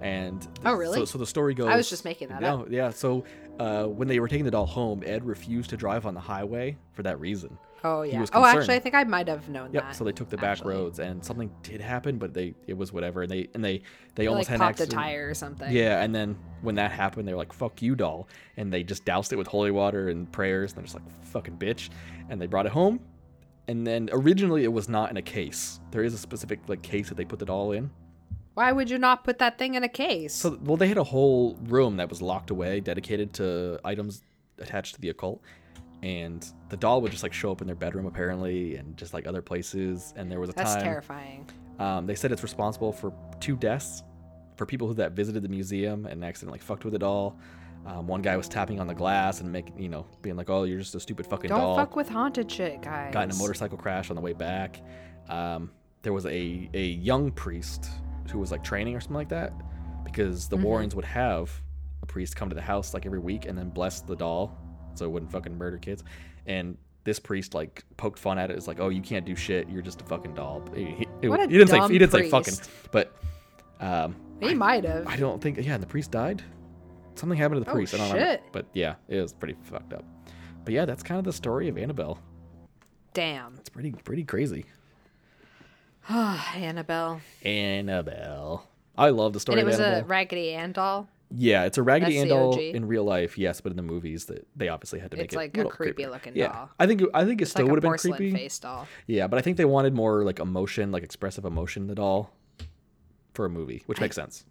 Speaker 1: and
Speaker 3: Oh, really?
Speaker 1: So, so the story goes.
Speaker 3: I was just making that
Speaker 1: no, Yeah. So uh, when they were taking the doll home, Ed refused to drive on the highway for that reason.
Speaker 3: oh yeah.
Speaker 1: was
Speaker 3: Oh, actually, I
Speaker 1: concerned.
Speaker 3: think I might have known
Speaker 1: Yep.
Speaker 3: that.
Speaker 1: so they took the back
Speaker 3: actually.
Speaker 1: roads, and something did happen, but they it was whatever, and they and they they
Speaker 3: They,
Speaker 1: almost
Speaker 3: like
Speaker 1: had an
Speaker 3: popped a
Speaker 1: accident.
Speaker 3: tire or something.
Speaker 1: Yeah, and then when that happened, they were like, "Fuck you, doll," and they just doused it with holy water and prayers, and they're just like, "Fucking bitch," and they brought it home. And then originally it was not in a case. There is a specific like case that they put the doll in.
Speaker 3: Why would you not put that thing in a case?
Speaker 1: So well, they had a whole room that was locked away, dedicated to items attached to the occult, and the doll would just like show up in their bedroom apparently, and just like other places. And there was a
Speaker 3: That's
Speaker 1: time
Speaker 3: terrifying.
Speaker 1: Um, they said it's responsible for two deaths for people who that visited the museum and accidentally fucked with it all. Um, one guy was tapping on the glass and making, you know, being like, "Oh, you're just a stupid fucking
Speaker 3: Don't
Speaker 1: doll."
Speaker 3: fuck with haunted shit, guys.
Speaker 1: Got in a motorcycle crash on the way back. Um, there was a a young priest who was like training or something like that, because the
Speaker 3: Mm-hmm.
Speaker 1: Warrens would have a priest come to the house like every week and then bless the doll, so it wouldn't fucking murder kids. And this priest like poked fun at it. It's like, "Oh, you can't do shit. You're just a fucking doll." He, he- he-
Speaker 3: What a
Speaker 1: he didn't
Speaker 3: dumb
Speaker 1: say he didn't say fucking,
Speaker 3: priest.
Speaker 1: but um,
Speaker 3: He might have.
Speaker 1: I don't think. Yeah, and the priest died. Something happened to the
Speaker 3: Oh,
Speaker 1: priest. I don't know.
Speaker 3: shit.
Speaker 1: But yeah, it was pretty fucked up. But yeah, that's kind of the story of Annabelle.
Speaker 3: Damn.
Speaker 1: It's pretty pretty crazy.
Speaker 3: Ah, Annabelle.
Speaker 1: Annabelle. I love the story
Speaker 3: and it
Speaker 1: of
Speaker 3: was a
Speaker 1: Annabelle.
Speaker 3: Raggedy Ann doll.
Speaker 1: Yeah, it's a Raggedy
Speaker 3: That's
Speaker 1: Ann
Speaker 3: the
Speaker 1: doll
Speaker 3: OG?
Speaker 1: in real life, yes, but in the movies that they obviously had to make
Speaker 3: It's
Speaker 1: it
Speaker 3: like a
Speaker 1: little
Speaker 3: creepy
Speaker 1: creepier.
Speaker 3: looking
Speaker 1: Yeah,
Speaker 3: doll.
Speaker 1: I think I think it
Speaker 3: It's
Speaker 1: still
Speaker 3: like a
Speaker 1: would have been
Speaker 3: porcelain
Speaker 1: creepy.
Speaker 3: face doll.
Speaker 1: Yeah, but I think they wanted more like emotion, like expressive emotion in the doll for a movie, which makes sense.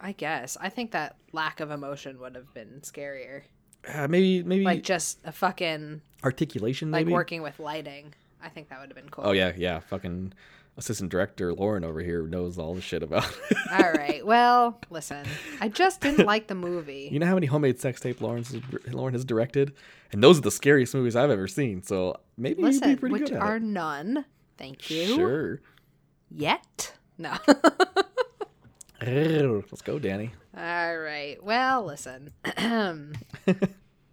Speaker 3: I guess. I think that lack of emotion would have been scarier.
Speaker 1: Uh, maybe maybe
Speaker 3: Like just a fucking
Speaker 1: articulation
Speaker 3: like
Speaker 1: maybe.
Speaker 3: working with lighting. I think that would have been cool.
Speaker 1: Oh yeah, yeah, fucking assistant director Lauren over here knows all the shit about.
Speaker 3: All right. Well, listen. I just didn't like the movie.
Speaker 1: you know how many homemade sex tape Lauren's Lauren has directed, and those are the scariest movies I've ever seen. So maybe
Speaker 3: listen,
Speaker 1: you'd be pretty
Speaker 3: which
Speaker 1: good at
Speaker 3: are
Speaker 1: it.
Speaker 3: none. Thank you.
Speaker 1: Sure.
Speaker 3: Yet. No.
Speaker 1: Arr, Let's go, Danny.
Speaker 3: All right. Well, listen.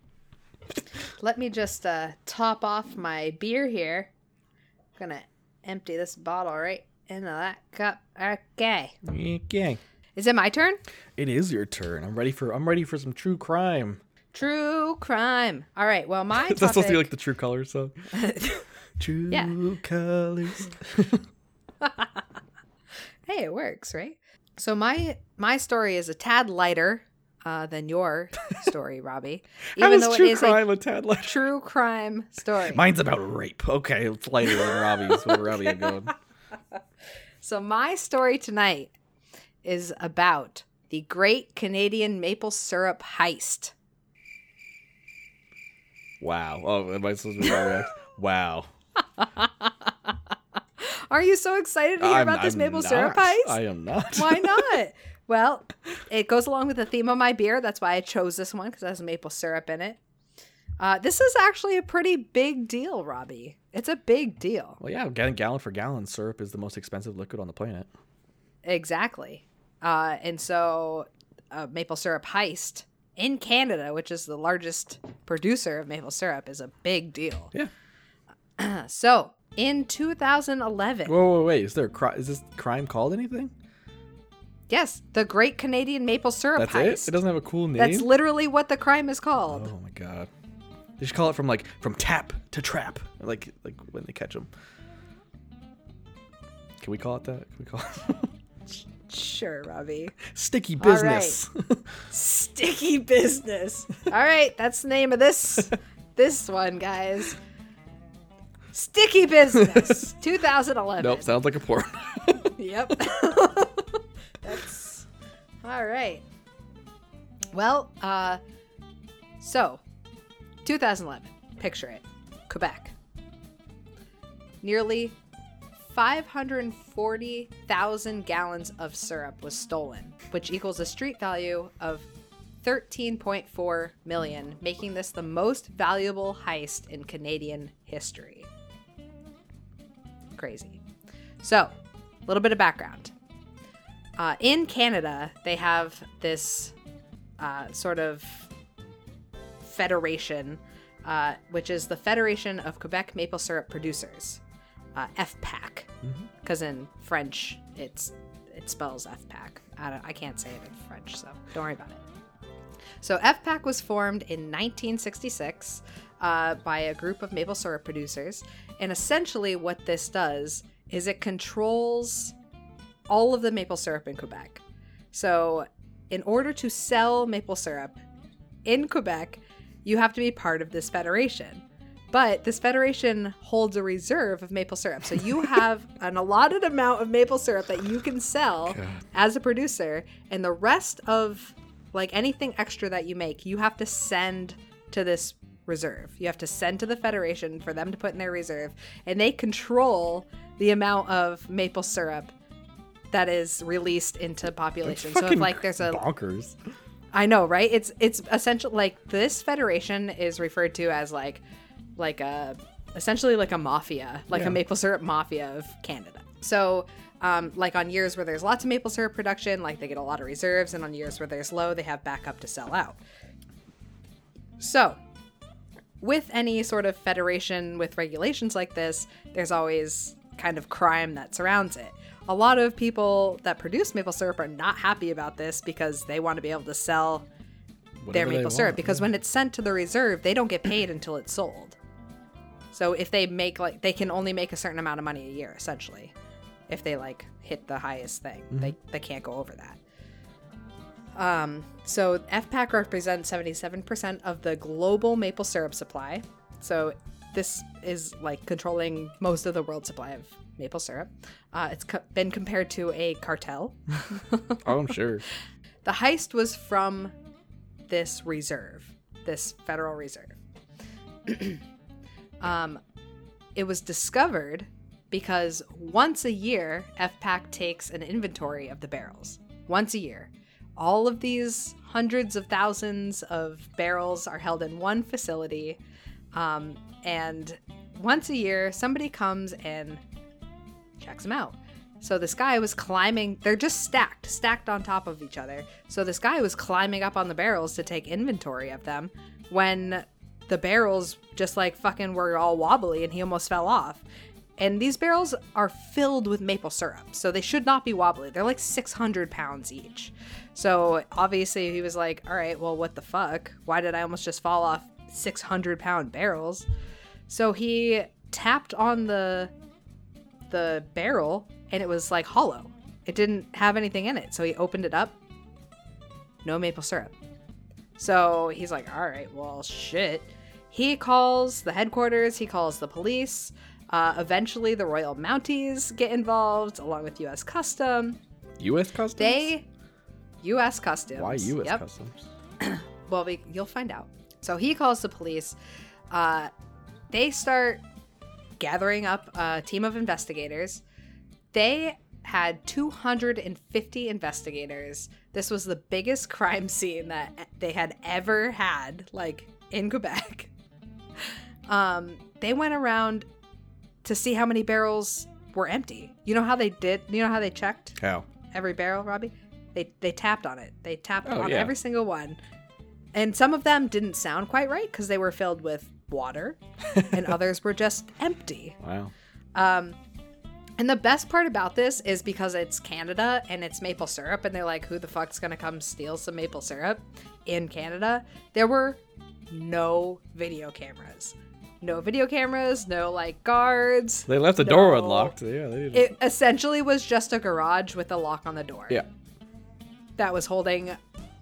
Speaker 3: Let me just uh, top off my beer here. gonna empty this bottle right into that cup. Okay.
Speaker 1: Okay.
Speaker 3: Is it my turn?
Speaker 1: It is your turn. I'm ready for I'm ready for some true crime.
Speaker 3: True crime. All right. Well, my
Speaker 1: Is that supposed to be
Speaker 3: topic-
Speaker 1: like the true colors song? true colors.
Speaker 3: hey, it works, right? So my my story is a tad lighter uh, than your story, Robbie.
Speaker 1: How
Speaker 3: Even
Speaker 1: is
Speaker 3: though it
Speaker 1: true
Speaker 3: is
Speaker 1: crime
Speaker 3: a
Speaker 1: a tad lighter?
Speaker 3: true crime story.
Speaker 1: Mine's about rape. Okay, it's lighter than Robbie's. What Robbie had going.
Speaker 3: So my story tonight is about the Great Canadian Maple Syrup Heist.
Speaker 1: Wow. Oh, am I supposed to be react? Wow.
Speaker 3: Are you so excited to hear
Speaker 1: I'm-
Speaker 3: about this
Speaker 1: I'm
Speaker 3: maple
Speaker 1: not.
Speaker 3: syrup heist?
Speaker 1: I am not.
Speaker 3: Why not? well, it goes along with the theme of my beer. That's why I chose this one because it has maple syrup in it. Uh, this is actually a pretty big deal, Robbie. It's a big deal.
Speaker 1: Well, yeah, gallon, gallon for gallon, syrup is the most expensive liquid on the planet.
Speaker 3: Exactly. Uh, and so, uh, maple syrup heist in Canada, which is the largest producer of maple syrup, is a big deal.
Speaker 1: Yeah.
Speaker 3: so, in 2011,
Speaker 1: Whoa, whoa, wait. Is there a cri- is this crime called anything?
Speaker 3: yes, the Great Canadian Maple Syrup
Speaker 1: That's
Speaker 3: Heist.
Speaker 1: it. It doesn't have a cool name.
Speaker 3: That's literally what the crime is called.
Speaker 1: oh my god. They should call it from like from tap to trap, like like when they catch them. Can we call it that? Can we call it
Speaker 3: Sure, Robbie.
Speaker 1: sticky business?
Speaker 3: Sticky business. All right, that's the name of this this one, guys. Sticky business. 2011.
Speaker 1: nope, sounds like a porn.
Speaker 3: Yep. That's all right. Well, uh, so 2011. Picture it, Quebec. Nearly 540,000 gallons of syrup was stolen, which equals a street value of 13.4 million, making this the most valuable heist in Canadian history. Crazy. So, a little bit of background. Uh, in Canada, they have this uh, sort of federation, uh, which is the Federation of Quebec Maple Syrup Producers, uh, FPAC. Because in French, it's it spells FPAC. I, don't, I can't say it in French, so don't worry about it. So FPAC was formed in 1966 uh, by a group of maple syrup producers, and essentially what this does is it controls all of the maple syrup in Quebec. So, in order to sell maple syrup in Quebec, you have to be part of this federation. But this federation holds a reserve of maple syrup. So you have an allotted amount of maple syrup that you can sell as a producer, and the rest of like anything extra that you make, you have to send to this reserve. You have to send to the federation for them to put in their reserve, and they control the amount of maple syrup that is released into population. So if
Speaker 1: Fucking
Speaker 3: like there's a
Speaker 1: bonkers.
Speaker 3: I know, right? It's it's essential like this federation is referred to as like like a essentially like a mafia, like
Speaker 1: Yeah.
Speaker 3: a maple syrup mafia of Canada. So um, like on years where there's lots of maple syrup production, like they get a lot of reserves, and on years where there's low, they have backup to sell out. So with any sort of federation with regulations like this, there's always kind of crime that surrounds it. A lot of people that produce maple syrup are not happy about this because they want to be able to sell their
Speaker 1: Whatever they
Speaker 3: maple syrup
Speaker 1: want,
Speaker 3: because
Speaker 1: yeah.
Speaker 3: when it's sent to the reserve, they don't get paid until it's sold. So if they make like they can only make a certain amount of money a year
Speaker 1: Mm-hmm.
Speaker 3: essentially if they like hit the highest thing. They they can't go over that. Um, so FPAC represents 77% of the global maple syrup supply. So this is like controlling most of the world supply of maple syrup. Uh, it's co- been compared to a cartel.
Speaker 1: Oh, I'm sure.
Speaker 3: The heist was from this reserve, this Federal Reserve. um, it was discovered because once a year, FPAC takes an inventory of the barrels. Once a year. All of these hundreds of thousands of barrels are held in one facility. Um, and once a year, somebody comes and checks them out. So this guy was climbing, they're just stacked, stacked on top of each other. So this guy was climbing up on the barrels to take inventory of them when the barrels just like fucking were all wobbly and he almost fell off. And these barrels are filled with maple syrup, so they should not be wobbly. They're like 600 pounds each. So obviously he was like, all right, well, what the fuck? Why did I almost just fall off 600 pound barrels? So he tapped on the the barrel and it was like hollow. It didn't have anything in it. So he opened it up. No maple syrup. So he's like, all right, well, shit. He calls the headquarters, he calls the police. Uh, eventually, the Royal Mounties get involved along with US Custom.
Speaker 1: U.S. Customs.
Speaker 3: They. US Customs.
Speaker 1: Why U.S.
Speaker 3: Yep.
Speaker 1: Customs?
Speaker 3: Well, we, you'll find out. So he calls the police. Uh, they start gathering up a team of investigators. They had 250 investigators. This was the biggest crime scene that they had ever had, like in Quebec. Um, they went around to see how many barrels were empty. You know how they did? You know how they checked?
Speaker 1: How?
Speaker 3: every barrel, Robbie. They they tapped on it. They tapped
Speaker 1: Oh,
Speaker 3: on
Speaker 1: yeah.
Speaker 3: every single one. And some of them didn't sound quite right because they were filled with water, and others were just empty.
Speaker 1: Wow.
Speaker 3: Um, and the best part about this is because it's Canada and it's maple syrup, and they're like, who the fuck's gonna come steal some maple syrup in Canada? There were no video cameras. No video cameras, no like guards.
Speaker 1: They left the door
Speaker 3: No.
Speaker 1: unlocked. Yeah, they did.
Speaker 3: It essentially was just a garage with a lock on the door
Speaker 1: yeah.
Speaker 3: that was holding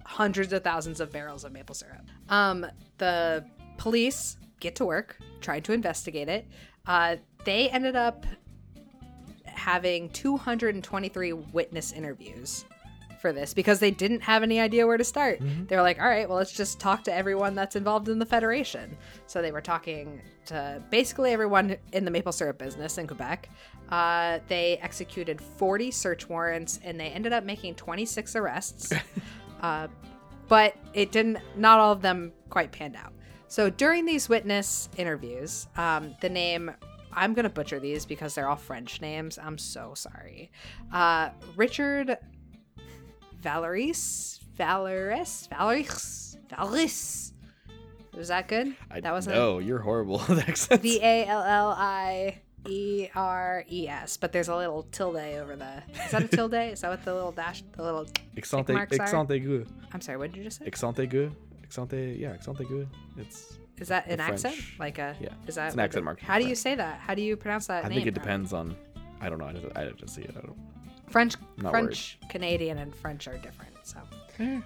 Speaker 3: hundreds of thousands of barrels of maple syrup. Um, the police get to work trying to investigate it. Uh, they ended up having 223 witness interviews for this because they didn't have any idea where to start. They were like, all right, well, let's just talk to everyone that's involved in the Federation. So they were talking to basically everyone in the maple syrup business in Quebec. Uh, they executed 40 search warrants and they ended up making 26 arrests. uh, but it didn't, not all of them quite panned out. So during these witness interviews, um, the name, I'm going to butcher these because they're all French names. I'm so sorry. Uh, Richard Valeris, Valeris, Valeris, Valeris. Was that good?
Speaker 1: I,
Speaker 3: that wasn't
Speaker 1: No, you're horrible with accents.
Speaker 3: V A L L I E R E S, but there's a little tilde over the. Is that a tilde? is that what the little dash, the little?
Speaker 1: Accent
Speaker 3: tick marks are-
Speaker 1: accent aigu.
Speaker 3: I'm sorry. What did you just say?
Speaker 1: Accent aigu. Accent yeah, accent aigu. It's
Speaker 3: Is that an
Speaker 1: the
Speaker 3: accent?
Speaker 1: French-
Speaker 3: Like a?
Speaker 1: yeah,
Speaker 3: Is that
Speaker 1: it's an accent mark in
Speaker 3: How do you
Speaker 1: French.
Speaker 3: say that? How do you pronounce that?
Speaker 1: I
Speaker 3: name,
Speaker 1: think it
Speaker 3: Rob?
Speaker 1: depends on I don't know, I didn't, I didn't see it. I don't
Speaker 3: French,
Speaker 1: not worried.
Speaker 3: French, Canadian, and French are different. So I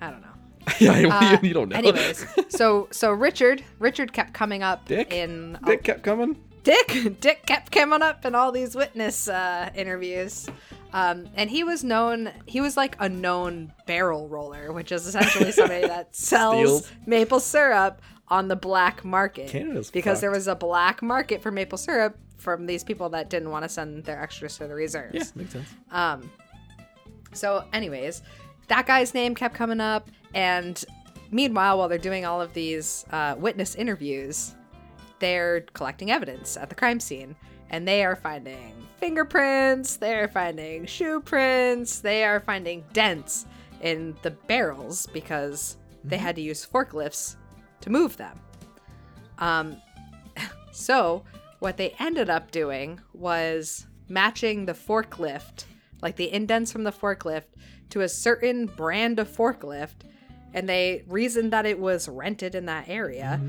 Speaker 3: don't know.
Speaker 1: Yeah, you-
Speaker 3: Uh,
Speaker 1: you don't know.
Speaker 3: Anyways, so so Richard, Richard kept coming up
Speaker 1: Dick?
Speaker 3: in
Speaker 1: Dick kept coming.
Speaker 3: Dick Dick kept coming up in all these witness uh, interviews. Um, and he was known he was like a known barrel roller, which is essentially somebody that sells
Speaker 1: Steals.
Speaker 3: maple syrup on the black market.
Speaker 1: Canada's
Speaker 3: because there
Speaker 1: fucked.
Speaker 3: was a black market for maple syrup from these people that didn't want to send their extras to the reserves.
Speaker 1: Yeah, makes sense.
Speaker 3: So, anyways, that guy's name kept coming up. And meanwhile, while they're doing all of these uh, witness interviews, they're collecting evidence at the crime scene. And they are finding fingerprints, they're finding shoe prints, they are finding dents in the barrels because they had to use forklifts to move them. So, what they ended up doing was matching the forklift, like the indents from the forklift, to a certain brand of forklift, and they reasoned that it was rented in that area.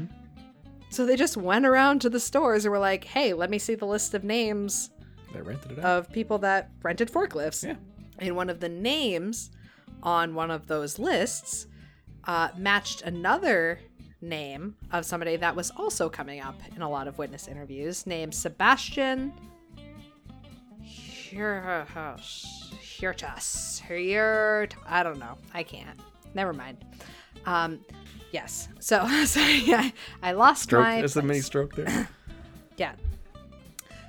Speaker 3: So they just went around to the stores and were like, "Hey, let me see the list of names Uh,
Speaker 1: They rented it out.
Speaker 3: of people that rented forklifts."
Speaker 1: Yeah.
Speaker 3: And one of the names on one of those lists uh, matched another name of somebody that was also coming up in a lot of witness interviews named Sebastian Hurtus. Hurtus. Hurt. I don't know. I can't. Never mind. Um, yes. So, sorry, I, I lost
Speaker 1: Stroke.
Speaker 3: my.
Speaker 1: Is a
Speaker 3: place.
Speaker 1: mini stroke there?
Speaker 3: Yeah.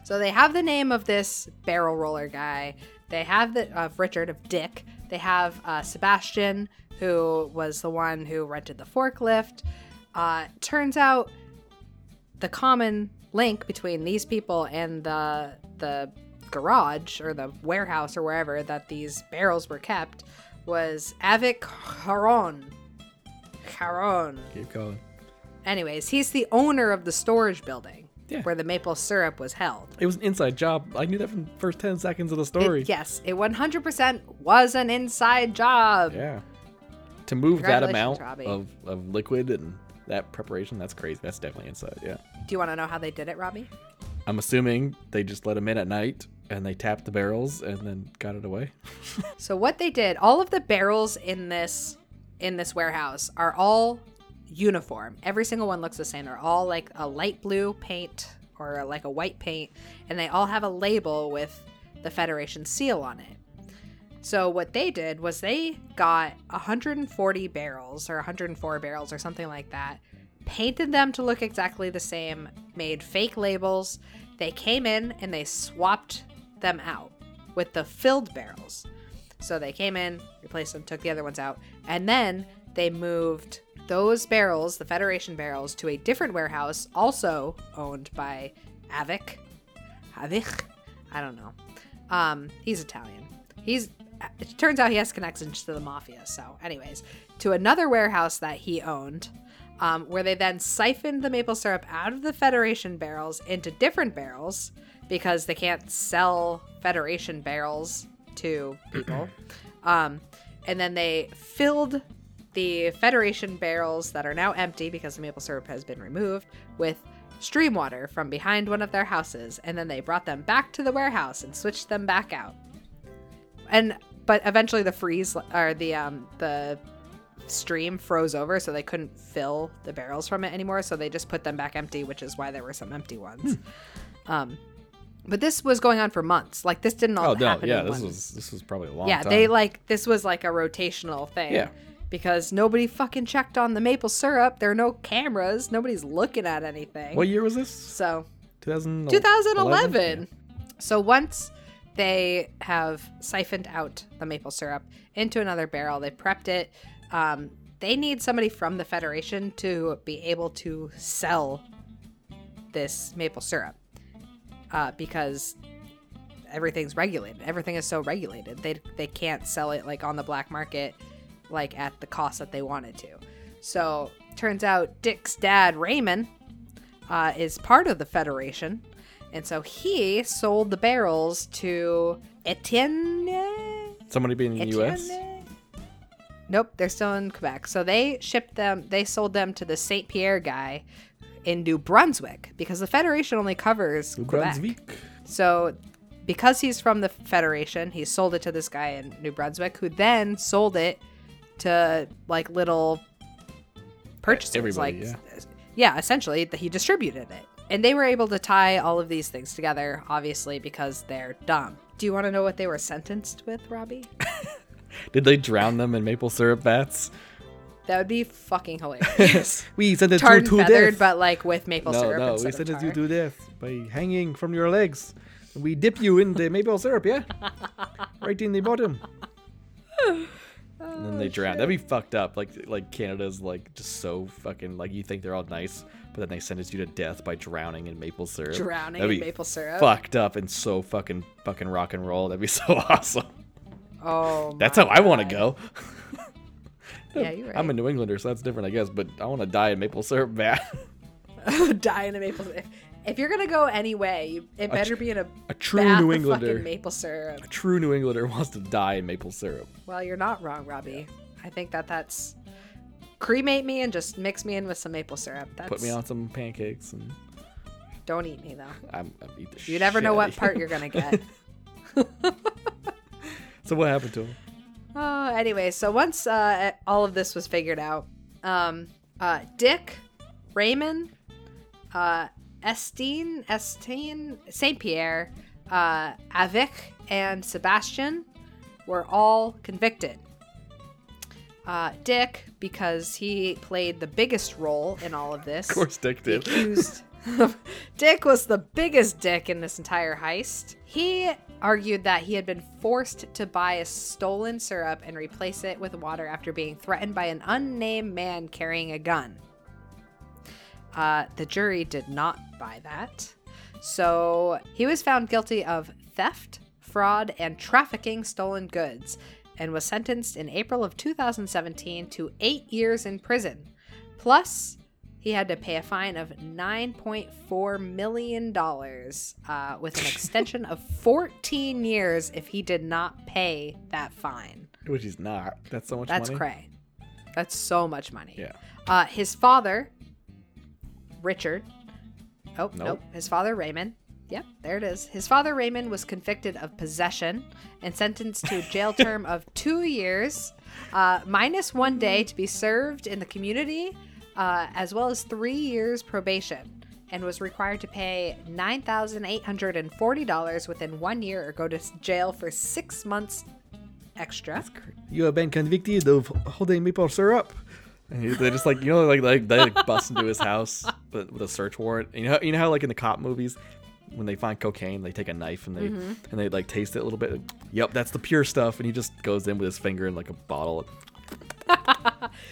Speaker 3: So they have the name of this barrel roller guy. They have the of Richard of Dick. They have uh, Sebastian, who was the one who rented the forklift. Uh, turns out the common link between these people and the the garage or the warehouse or wherever that these barrels were kept was Avic Caron. Caron.
Speaker 1: Keep going.
Speaker 3: Anyways, he's the owner of the storage building
Speaker 1: Yeah.
Speaker 3: where the maple syrup was held.
Speaker 1: It was an inside job. I knew that from the first 10 seconds of the
Speaker 3: It-
Speaker 1: story.
Speaker 3: yes, it 100% was an inside job.
Speaker 1: Yeah. To move that
Speaker 3: Congratulations,
Speaker 1: amount
Speaker 3: Robbie.
Speaker 1: of, of liquid and that preparation, that's crazy. That's definitely inside. Yeah.
Speaker 3: Do you want to know how they did it, Robbie?
Speaker 1: I'm assuming they just let them in at night and they tapped the barrels and then got it away.
Speaker 3: So what they did, all of the barrels in this in this warehouse are all uniform. Every single one looks the same. They're all like a light blue paint or like a white paint and they all have a label with the Federation seal on it. So what they did was they got 140 barrels or 104 barrels or something like that, painted them to look exactly the same, made fake labels. They came in and they swapped them out with the filled barrels. So they came in, replaced them, took the other ones out, and then they moved those barrels, the Federation barrels, to a different warehouse, also owned by Avic. Avic? I don't know. Um, he's Italian. He's. It turns out he has connections to the mafia. So, anyways, to another warehouse that he owned, um, where they then siphoned the maple syrup out of the Federation barrels into different barrels because they can't sell Federation barrels to people. um, and then they filled the Federation barrels that are now empty because the maple syrup has been removed with stream water from behind one of their houses. And then they brought them back to the warehouse and switched them back out. And but eventually the freeze or the um the stream froze over so they couldn't fill the barrels from it anymore so they just put them back empty which is why there were some empty ones
Speaker 1: Hmm.
Speaker 3: um but this was going on for months like this didn't all
Speaker 1: Oh, no.
Speaker 3: happen
Speaker 1: Yeah.
Speaker 3: in
Speaker 1: This
Speaker 3: one-
Speaker 1: was this was probably a long
Speaker 3: yeah
Speaker 1: time.
Speaker 3: they like this was like a rotational thing
Speaker 1: Yeah.
Speaker 3: because nobody fucking checked on the maple syrup there are no cameras nobody's looking at anything
Speaker 1: What year was this?
Speaker 3: so
Speaker 1: 2011?
Speaker 3: 2011. So once they have siphoned out the maple syrup into another barrel, they prepped it. Um, they need somebody from the Federation to be able to sell this maple syrup uh, because everything's regulated. Everything is so regulated. They they can't sell it like on the black market, like at the cost that they wanted to. So turns out Dick's dad Raymond uh, is part of the Federation, and so he sold the barrels to Etienne.
Speaker 1: Yeah. Somebody being in the U.S.
Speaker 3: Nope, they're still in Quebec. So they shipped them, they sold them to the St. Pierre guy in New Brunswick because the Federation only covers
Speaker 1: New
Speaker 3: Quebec.
Speaker 1: Brunswick.
Speaker 3: So because he's from the Federation, he sold it to this guy in New Brunswick who then sold it to like little purchasers.
Speaker 1: Everybody,
Speaker 3: like yeah, essentially that he distributed it. And they were able to tie all of these things together, obviously, because they're dumb. Do you want to know what they were sentenced with, Robbie?
Speaker 1: Did they drown them in maple syrup vats?
Speaker 3: That would be fucking hilarious.
Speaker 1: We said that
Speaker 3: Tarred and feathered, but like with maple
Speaker 1: no,
Speaker 3: syrup.
Speaker 1: no,
Speaker 3: instead
Speaker 1: we
Speaker 3: of
Speaker 1: said that
Speaker 3: tar.
Speaker 1: you do this by hanging from your legs. We dip you in the maple syrup, yeah? Right in the bottom. and then
Speaker 3: Oh,
Speaker 1: they drown. That'd be fucked up. Like like Canada's like just so fucking like you think they're all nice, but then they sentence you to death by drowning in maple syrup.
Speaker 3: Drowning
Speaker 1: That'd
Speaker 3: in
Speaker 1: be
Speaker 3: maple syrup.
Speaker 1: Fucked up and so fucking fucking rock and roll. That'd be so awesome.
Speaker 3: Oh,
Speaker 1: That's
Speaker 3: my
Speaker 1: how I want to
Speaker 3: God.
Speaker 1: go.
Speaker 3: Yeah, you're right.
Speaker 1: I'm a New Englander, so that's different, I guess. But I want to die in maple syrup vat.
Speaker 3: die in a maple syrup. If you're gonna go any way, you, it better be in a,
Speaker 1: a true
Speaker 3: bath
Speaker 1: New
Speaker 3: of
Speaker 1: Englander.
Speaker 3: fucking maple syrup.
Speaker 1: true New Englander wants to die in maple syrup.
Speaker 3: Well, you're not wrong, Robbie. I think that that's cremate me and just mix me in with some maple syrup. That's
Speaker 1: Put me on some pancakes and
Speaker 3: Don't eat me though.
Speaker 1: I'm, I'm eat the
Speaker 3: You never know
Speaker 1: shit
Speaker 3: what
Speaker 1: out
Speaker 3: part
Speaker 1: of you.
Speaker 3: you're gonna get.
Speaker 1: so what happened to him?
Speaker 3: Oh, anyway, so once uh, all of this was figured out, um, uh, Dick, Raymond, uh, Estine, Estine, Saint Pierre, uh, Avic, and Sebastian were all convicted. Uh, Dick, because he played the biggest role in all of this,
Speaker 1: Of course, Dick did.
Speaker 3: accused. Dick was the biggest dick in this entire heist. He argued that he had been forced to buy a stolen syrup and replace it with water after being threatened by an unnamed man carrying a gun. Uh, the jury did not buy that. So he was found guilty of theft, fraud, and trafficking stolen goods and was sentenced in April of 2017 to eight years in prison. Plus, he had to pay a fine of $9.4 million uh, with an extension of 14 years if he did not pay that fine.
Speaker 1: Which he's not. That's so much
Speaker 3: That's
Speaker 1: money.
Speaker 3: cray. That's so much money.
Speaker 1: Yeah.
Speaker 3: Uh, his father, Richard. Oh, nope.
Speaker 1: Nope.
Speaker 3: His father, Raymond. Yep, there it is. His father, Raymond, was convicted of possession and sentenced to a jail term of two years, uh, minus one day to be served in the community, uh, as well as three years probation, and was required to pay $9,840 within one year or go to s- jail for six months extra.
Speaker 1: You have been convicted of holding maple syrup. And he- they just like you know like like they like bust into his house with, with a search warrant. And you know you know how like in the cop movies when they find cocaine they take a knife and they
Speaker 3: Mm-hmm.
Speaker 1: and they like taste it a little bit. Yep, that's the pure stuff. And he just goes in with his finger and like a bottle.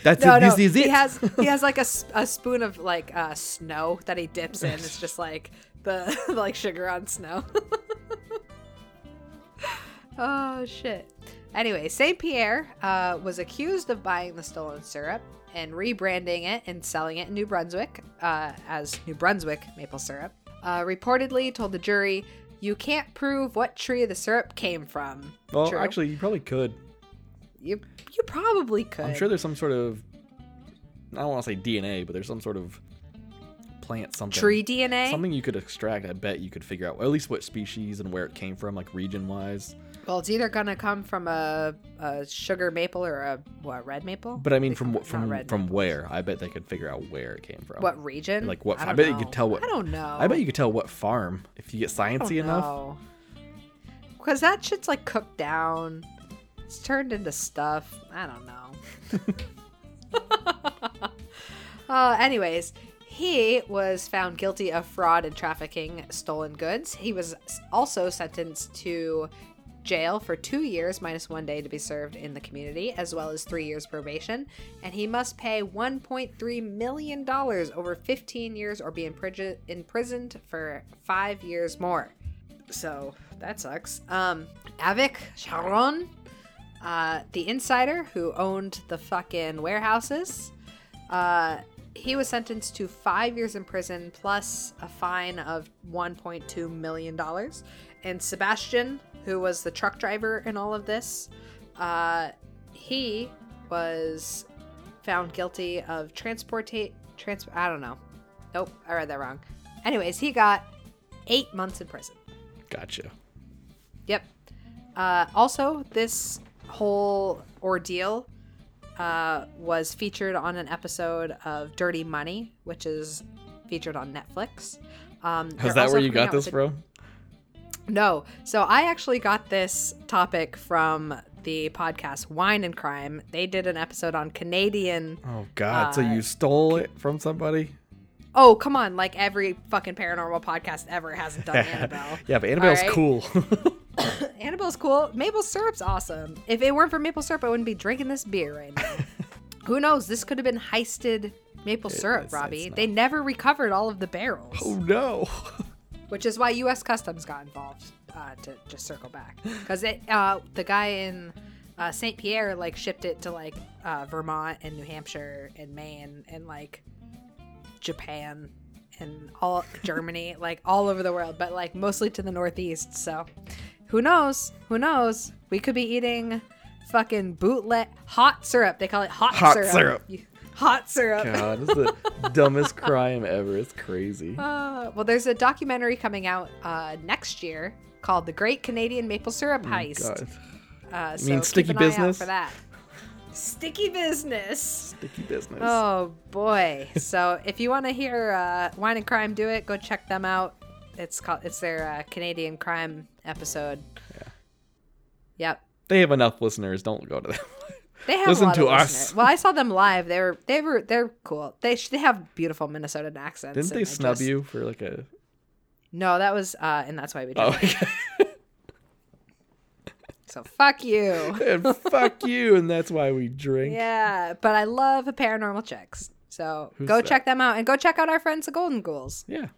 Speaker 1: That's
Speaker 3: no,
Speaker 1: it.
Speaker 3: no.
Speaker 1: This is it.
Speaker 3: He has he has like a, s- a spoon of like uh, snow that he dips in. It's just like the like sugar on snow. oh shit. Anyway, Saint Pierre uh, was accused of buying the stolen syrup and rebranding it and selling it in New Brunswick uh, as New Brunswick maple syrup. Uh, reportedly told the jury, "You can't prove what tree the syrup came from."
Speaker 1: well,
Speaker 3: True.
Speaker 1: actually, you probably could.
Speaker 3: you you probably could.
Speaker 1: I'm sure there's some sort of I don't want to say DNA, but there's some sort of plant something
Speaker 3: tree DNA.
Speaker 1: Something you could extract, I bet you could figure out at least what species and where it came from, like region wise.
Speaker 3: Well, it's either gonna come from a, a sugar maple or a what red maple.
Speaker 1: But I mean,
Speaker 3: They
Speaker 1: from
Speaker 3: come-
Speaker 1: what from
Speaker 3: not red
Speaker 1: from
Speaker 3: maple.
Speaker 1: where? I bet they could figure out where it came from.
Speaker 3: What region?
Speaker 1: Like what? I,
Speaker 3: don't
Speaker 1: bet you
Speaker 3: know.
Speaker 1: could tell what.
Speaker 3: I don't know.
Speaker 1: I bet you could tell what farm if you get
Speaker 3: don't
Speaker 1: sciencey enough.
Speaker 3: know. Cause that shit's like cooked down. It's turned into stuff. I don't know. Uh, anyways, he was found guilty of fraud and trafficking stolen goods. He was s- also sentenced to jail for two years minus one day to be served in the community, as well as three years probation. And he must pay $1.3 million over 15 years or be imprigi- imprisoned for five years more. So that sucks. Um, Avik Sharon, uh, the insider who owned the fucking warehouses, uh, he was sentenced to five years in prison plus a fine of $1.2 million. And Sebastian, who was the truck driver in all of this, uh, he was found guilty of transportate trans I don't know. Nope, I read that wrong. Anyways, he got eight months in prison.
Speaker 1: Gotcha.
Speaker 3: Yep. Uh, also, this whole ordeal uh, was featured on an episode of Dirty Money, which is featured on Netflix. Um, they're
Speaker 1: Is that
Speaker 3: also
Speaker 1: where you
Speaker 3: coming
Speaker 1: got
Speaker 3: out
Speaker 1: this
Speaker 3: with a-
Speaker 1: from?
Speaker 3: No. So I actually got this topic from the podcast Wine and Crime. They did an episode on Canadian.
Speaker 1: Oh God! so you stole it from somebody?
Speaker 3: Oh, come on. Like every fucking paranormal podcast ever hasn't done Annabelle.
Speaker 1: Yeah, but Annabelle's
Speaker 3: Alright.
Speaker 1: cool.
Speaker 3: Annabelle's cool. Maple syrup's awesome. If it weren't for maple syrup, I wouldn't be drinking this beer right now. Who knows? This could have been heisted maple syrup,
Speaker 1: it's-
Speaker 3: Robbie.
Speaker 1: it's
Speaker 3: They never recovered all of the barrels,
Speaker 1: oh no!
Speaker 3: which is why U.S. Customs got involved. Uh, to just circle back, because uh, the guy in uh, Saint Pierre like shipped it to like uh, Vermont and New Hampshire and Maine and like Japan and all Germany, like all over the world, but like mostly to the Northeast. So who knows? Who knows? We could be eating fucking bootleg hot syrup. They call it hot,
Speaker 1: Hot
Speaker 3: syrup.
Speaker 1: syrup.
Speaker 3: You- Hot syrup.
Speaker 1: God, this is the dumbest crime ever. It's crazy.
Speaker 3: Uh, well, there's a documentary coming out uh, next year called The Great Canadian Maple Syrup Heist.
Speaker 1: Oh God.
Speaker 3: Uh, so
Speaker 1: mean sticky
Speaker 3: keep an eye out
Speaker 1: business?
Speaker 3: for that. Sticky business.
Speaker 1: Sticky business.
Speaker 3: Oh boy! so if you want to hear uh, Wine and Crime do it, go check them out. It's called it's their uh, Canadian crime episode. Yeah. Yep.
Speaker 1: They have enough listeners. Don't go to them.
Speaker 3: They have
Speaker 1: Listen
Speaker 3: a lot
Speaker 1: to
Speaker 3: of
Speaker 1: us.
Speaker 3: listeners. Well, I saw them live. They were they were they're cool. They sh- they have beautiful Minnesota accents.
Speaker 1: Didn't
Speaker 3: and
Speaker 1: they
Speaker 3: I
Speaker 1: snub
Speaker 3: just-
Speaker 1: you for like a?
Speaker 3: No, that was uh, and that's why we did.
Speaker 1: Oh,
Speaker 3: it. So fuck you.
Speaker 1: and fuck you, and that's why we drink.
Speaker 3: yeah, but I love paranormal checks. So
Speaker 1: Who's
Speaker 3: go
Speaker 1: that?
Speaker 3: check them out and go check out our friends the Golden Ghouls.
Speaker 1: Yeah.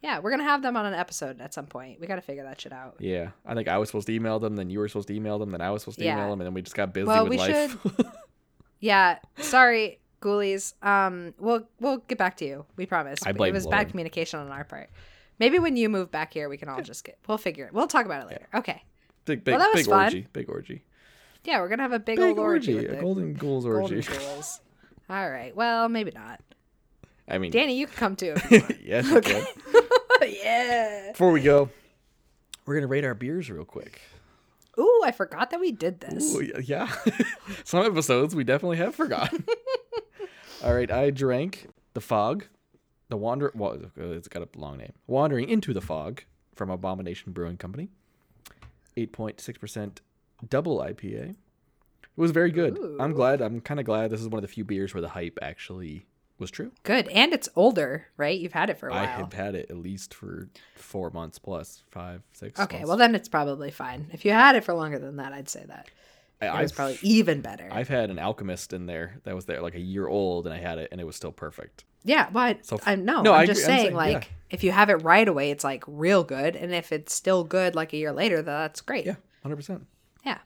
Speaker 3: Yeah, we're gonna have them on an episode at some point. We gotta figure that shit out.
Speaker 1: Yeah, I think I was supposed to email them, then you were supposed to email them, then I was supposed to
Speaker 3: Yeah.
Speaker 1: email them, and then we just got busy
Speaker 3: Well,
Speaker 1: with
Speaker 3: we
Speaker 1: life.
Speaker 3: Yeah, sorry, ghoulies. Um, we'll we'll get back to you. We promise.
Speaker 1: I blame
Speaker 3: it was
Speaker 1: Lauren.
Speaker 3: bad communication on our part. Maybe when you move back here, we can all just get. We'll figure it. We'll talk about it later. Okay.
Speaker 1: big, big,
Speaker 3: that was
Speaker 1: big
Speaker 3: fun.
Speaker 1: orgy, big orgy,
Speaker 3: Yeah, we're gonna have a big,
Speaker 1: big
Speaker 3: old orgy.
Speaker 1: orgy,
Speaker 3: with
Speaker 1: a
Speaker 3: the
Speaker 1: golden ghouls
Speaker 3: golden
Speaker 1: orgy.
Speaker 3: ghouls. all right. Well, maybe not.
Speaker 1: I mean,
Speaker 3: Danny, you can come too.
Speaker 1: yes. Okay.
Speaker 3: yeah.
Speaker 1: Before we go, we're gonna rate our beers real quick.
Speaker 3: Ooh, I forgot that we did this.
Speaker 1: Ooh, y- yeah. Some episodes we definitely have forgotten. All right, I drank the fog, the wander. Well, it's got a long name. Wandering into the fog from Abomination Brewing Company. Eight point six percent double IPA. It was very good. I'm glad. I'm kind of glad this is one of the few beers where the hype actually was true.
Speaker 3: Good, and it's older, right? You've had it for a while.
Speaker 1: I had had it at least for four months plus five, six.
Speaker 3: okay,
Speaker 1: months.
Speaker 3: well then it's probably fine. If you had it for longer than that, I'd say that.
Speaker 1: I,
Speaker 3: It was
Speaker 1: I've-
Speaker 3: probably even better.
Speaker 1: I've had an alchemist in there that was there like a year old, and I had it, and it was still perfect.
Speaker 3: Yeah, but
Speaker 1: So-
Speaker 3: I no,
Speaker 1: No,
Speaker 3: I'm
Speaker 1: I
Speaker 3: just
Speaker 1: agree. I'm
Speaker 3: saying,
Speaker 1: saying,
Speaker 3: like
Speaker 1: yeah.
Speaker 3: if you have it right away, it's like real good, and if it's still good like a year later, that's great.
Speaker 1: Yeah, hundred percent.
Speaker 3: Yeah.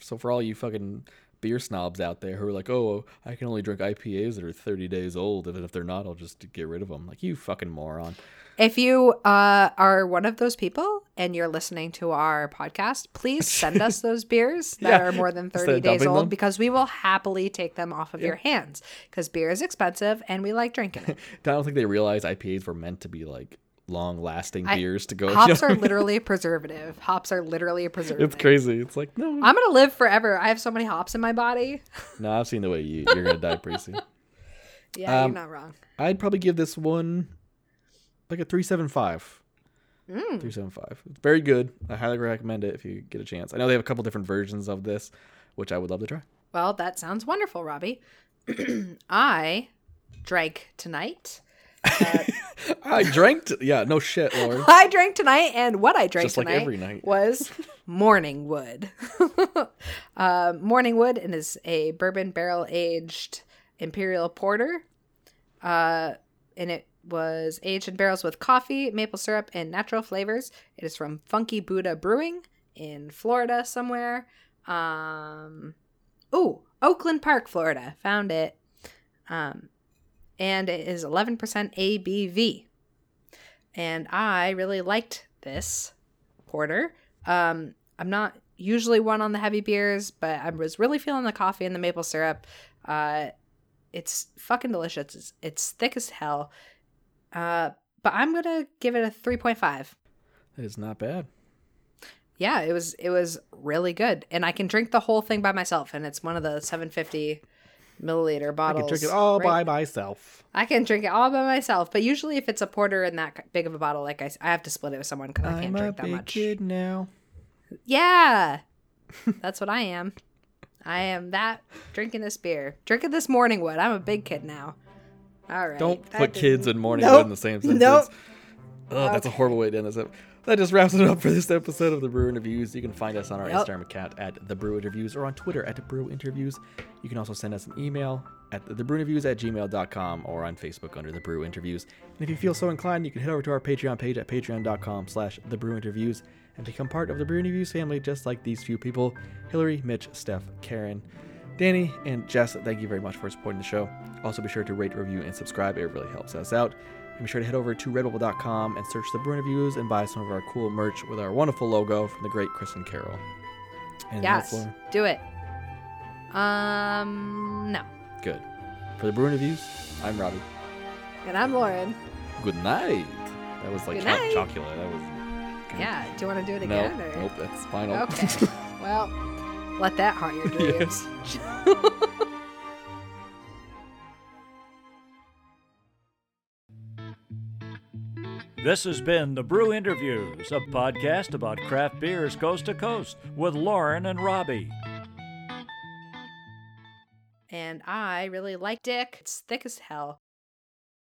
Speaker 1: So for all you fucking beer snobs out there who are like, "Oh, I can only drink IPAs that are thirty days old, and if they're not, I'll just get rid of them." Like you fucking moron.
Speaker 3: If you uh, are one of those people and you're listening to our podcast, please send us those beers that
Speaker 1: Yeah.
Speaker 3: are more than
Speaker 1: Instead
Speaker 3: 30
Speaker 1: of
Speaker 3: days
Speaker 1: dumping
Speaker 3: old
Speaker 1: them.
Speaker 3: because we will happily take them off of your hands because beer is expensive and we like drinking it.
Speaker 1: I don't think they realize IPAs were meant to be like long-lasting beers to go. you know
Speaker 3: Hops
Speaker 1: what
Speaker 3: are
Speaker 1: I mean?
Speaker 3: literally a preservative. Hops are literally a preservative.
Speaker 1: It's crazy. It's like no,
Speaker 3: I'm going to live forever. I have so many hops in my body.
Speaker 1: no. I've seen the way you you're gonna die pretty soon.
Speaker 3: Yeah,
Speaker 1: Um,
Speaker 3: you're not wrong.
Speaker 1: I'd probably give this one like a three seven five.
Speaker 3: Mm.
Speaker 1: Three seven five. It's very good. I highly recommend it if you get a chance. I know they have a couple different versions of this, which I would love to try.
Speaker 3: Well, that sounds wonderful, Robbie. I drank tonight.
Speaker 1: I drank. t- yeah, no shit, Lauren.
Speaker 3: I drank tonight, and what I drank
Speaker 1: Just like
Speaker 3: tonight
Speaker 1: every night.
Speaker 3: was Morning Wood. uh, Morning Wood and is a bourbon barrel aged imperial porter. Uh, and it was aged in barrels with coffee, maple syrup, and natural flavors. It is from Funky Buddha Brewing in Florida somewhere. Um, ooh, Oakland Park, Florida. Found it. Um, and it is 11% ABV and I really liked this porter. Um, I'm not usually one on the heavy beers, but I was really feeling the coffee and the maple syrup. Uh, it's fucking delicious. It's, it's thick as hell. Uh, but I'm gonna give it a 3.5.
Speaker 1: That is not bad.
Speaker 3: Yeah, it was it was really good, and I can drink the whole thing by myself, and it's one of the 750 milliliter
Speaker 1: I
Speaker 3: bottles.
Speaker 1: can drink it all
Speaker 3: right?
Speaker 1: by myself.
Speaker 3: I can drink it all by myself, but usually if it's a porter in that big of a bottle, like I, s- I have to split it with someone because I
Speaker 1: I'm
Speaker 3: can't
Speaker 1: a
Speaker 3: drink that
Speaker 1: big
Speaker 3: much.
Speaker 1: kid now.
Speaker 3: Yeah. That's what I am. I am that drinking this beer. Drinking this morning wood. I'm a big kid now. All right.
Speaker 1: Don't
Speaker 3: That
Speaker 1: put
Speaker 3: didn't-
Speaker 1: kids and morning
Speaker 3: Nope.
Speaker 1: wood in the same
Speaker 3: Nope.
Speaker 1: sentence. Oh, that's a horrible way to end this episode. That just wraps it up for this episode of The Brew Interviews. You can find us on our
Speaker 3: Yep.
Speaker 1: Instagram account at The Brew Interviews or on Twitter at The Brew Interviews. You can also send us an email at TheBrewInterviews at gmail.com or on Facebook under The Brew Interviews. And if you feel so inclined, you can head over to our Patreon page at patreon.com slash The Brew Interviews and become part of The Brew Interviews family just like these few people, Hillary, Mitch, Steph, Karen, Danny, and Jess. Thank you very much for supporting the show. Also be sure to rate, review, and subscribe. It really helps us out. And be sure to head over to redbubble.com and search the Brew Interviews and buy some of our cool merch with our wonderful logo from the great Kristen Carroll. And that's
Speaker 3: Yes.
Speaker 1: Lauren.
Speaker 3: Do it. Um no.
Speaker 1: Good. For the Brew Interviews, I'm Robbie.
Speaker 3: And I'm Lauren.
Speaker 1: Good night. That was like
Speaker 3: Good
Speaker 1: cho-
Speaker 3: night.
Speaker 1: chocolate. That was.
Speaker 3: Yeah. Do you want to do it
Speaker 1: No,
Speaker 3: again? or-
Speaker 1: nope, that's final.
Speaker 3: Okay. Well, let that haunt your dreams.
Speaker 5: This has been the Brew Interviews, a podcast about craft beers coast to coast with Lauren and Robbie.
Speaker 3: And I really like Dick. It's thick as hell.